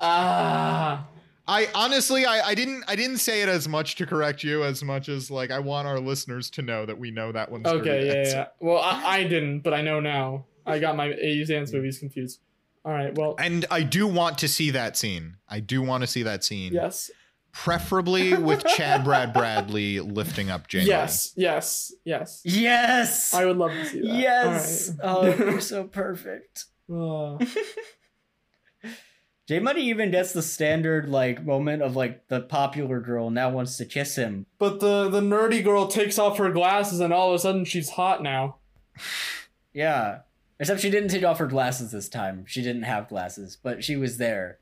Ah, I honestly, I, I didn't, I didn't say it as much to correct you as much as like I want our listeners to know that we know that one's okay, Dirty yeah, Dancing. yeah. Well, I, I didn't, but I know now. I got my '80s dance movies confused. All right, well, And I do want to see that scene. I do want to see that scene. yes, [LAUGHS] Preferably with Chad Brad Bradley lifting up Jamie. yes, yes, yes. yes. I would love to see that. All Yes. right. Oh, [LAUGHS] you're so perfect. Ah. J Money even gets the standard like moment of like the popular girl now wants to kiss him. [LAUGHS] But the the nerdy girl takes off her glasses and all of a sudden she's hot now. Yeah. Except she didn't take off her glasses this time. She didn't have glasses, but she was there.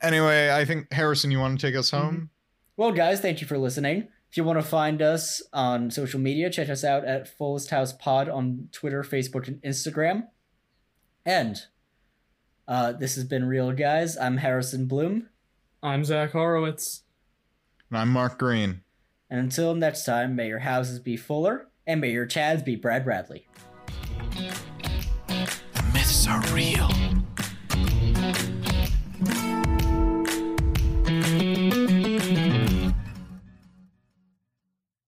Anyway, I think Harrison, you want to take us Mm-hmm. home? Well, guys, thank you for listening. If you want to find us on social media, check us out at Fullest House Pod on Twitter, Facebook, and Instagram. And uh, this has been real, guys. I'm Harrison Bloom. I'm Zach Horowitz. And I'm Mark Green. And until next time, may your houses be fuller, and may your Chads be Brad Bradley. The myths are real.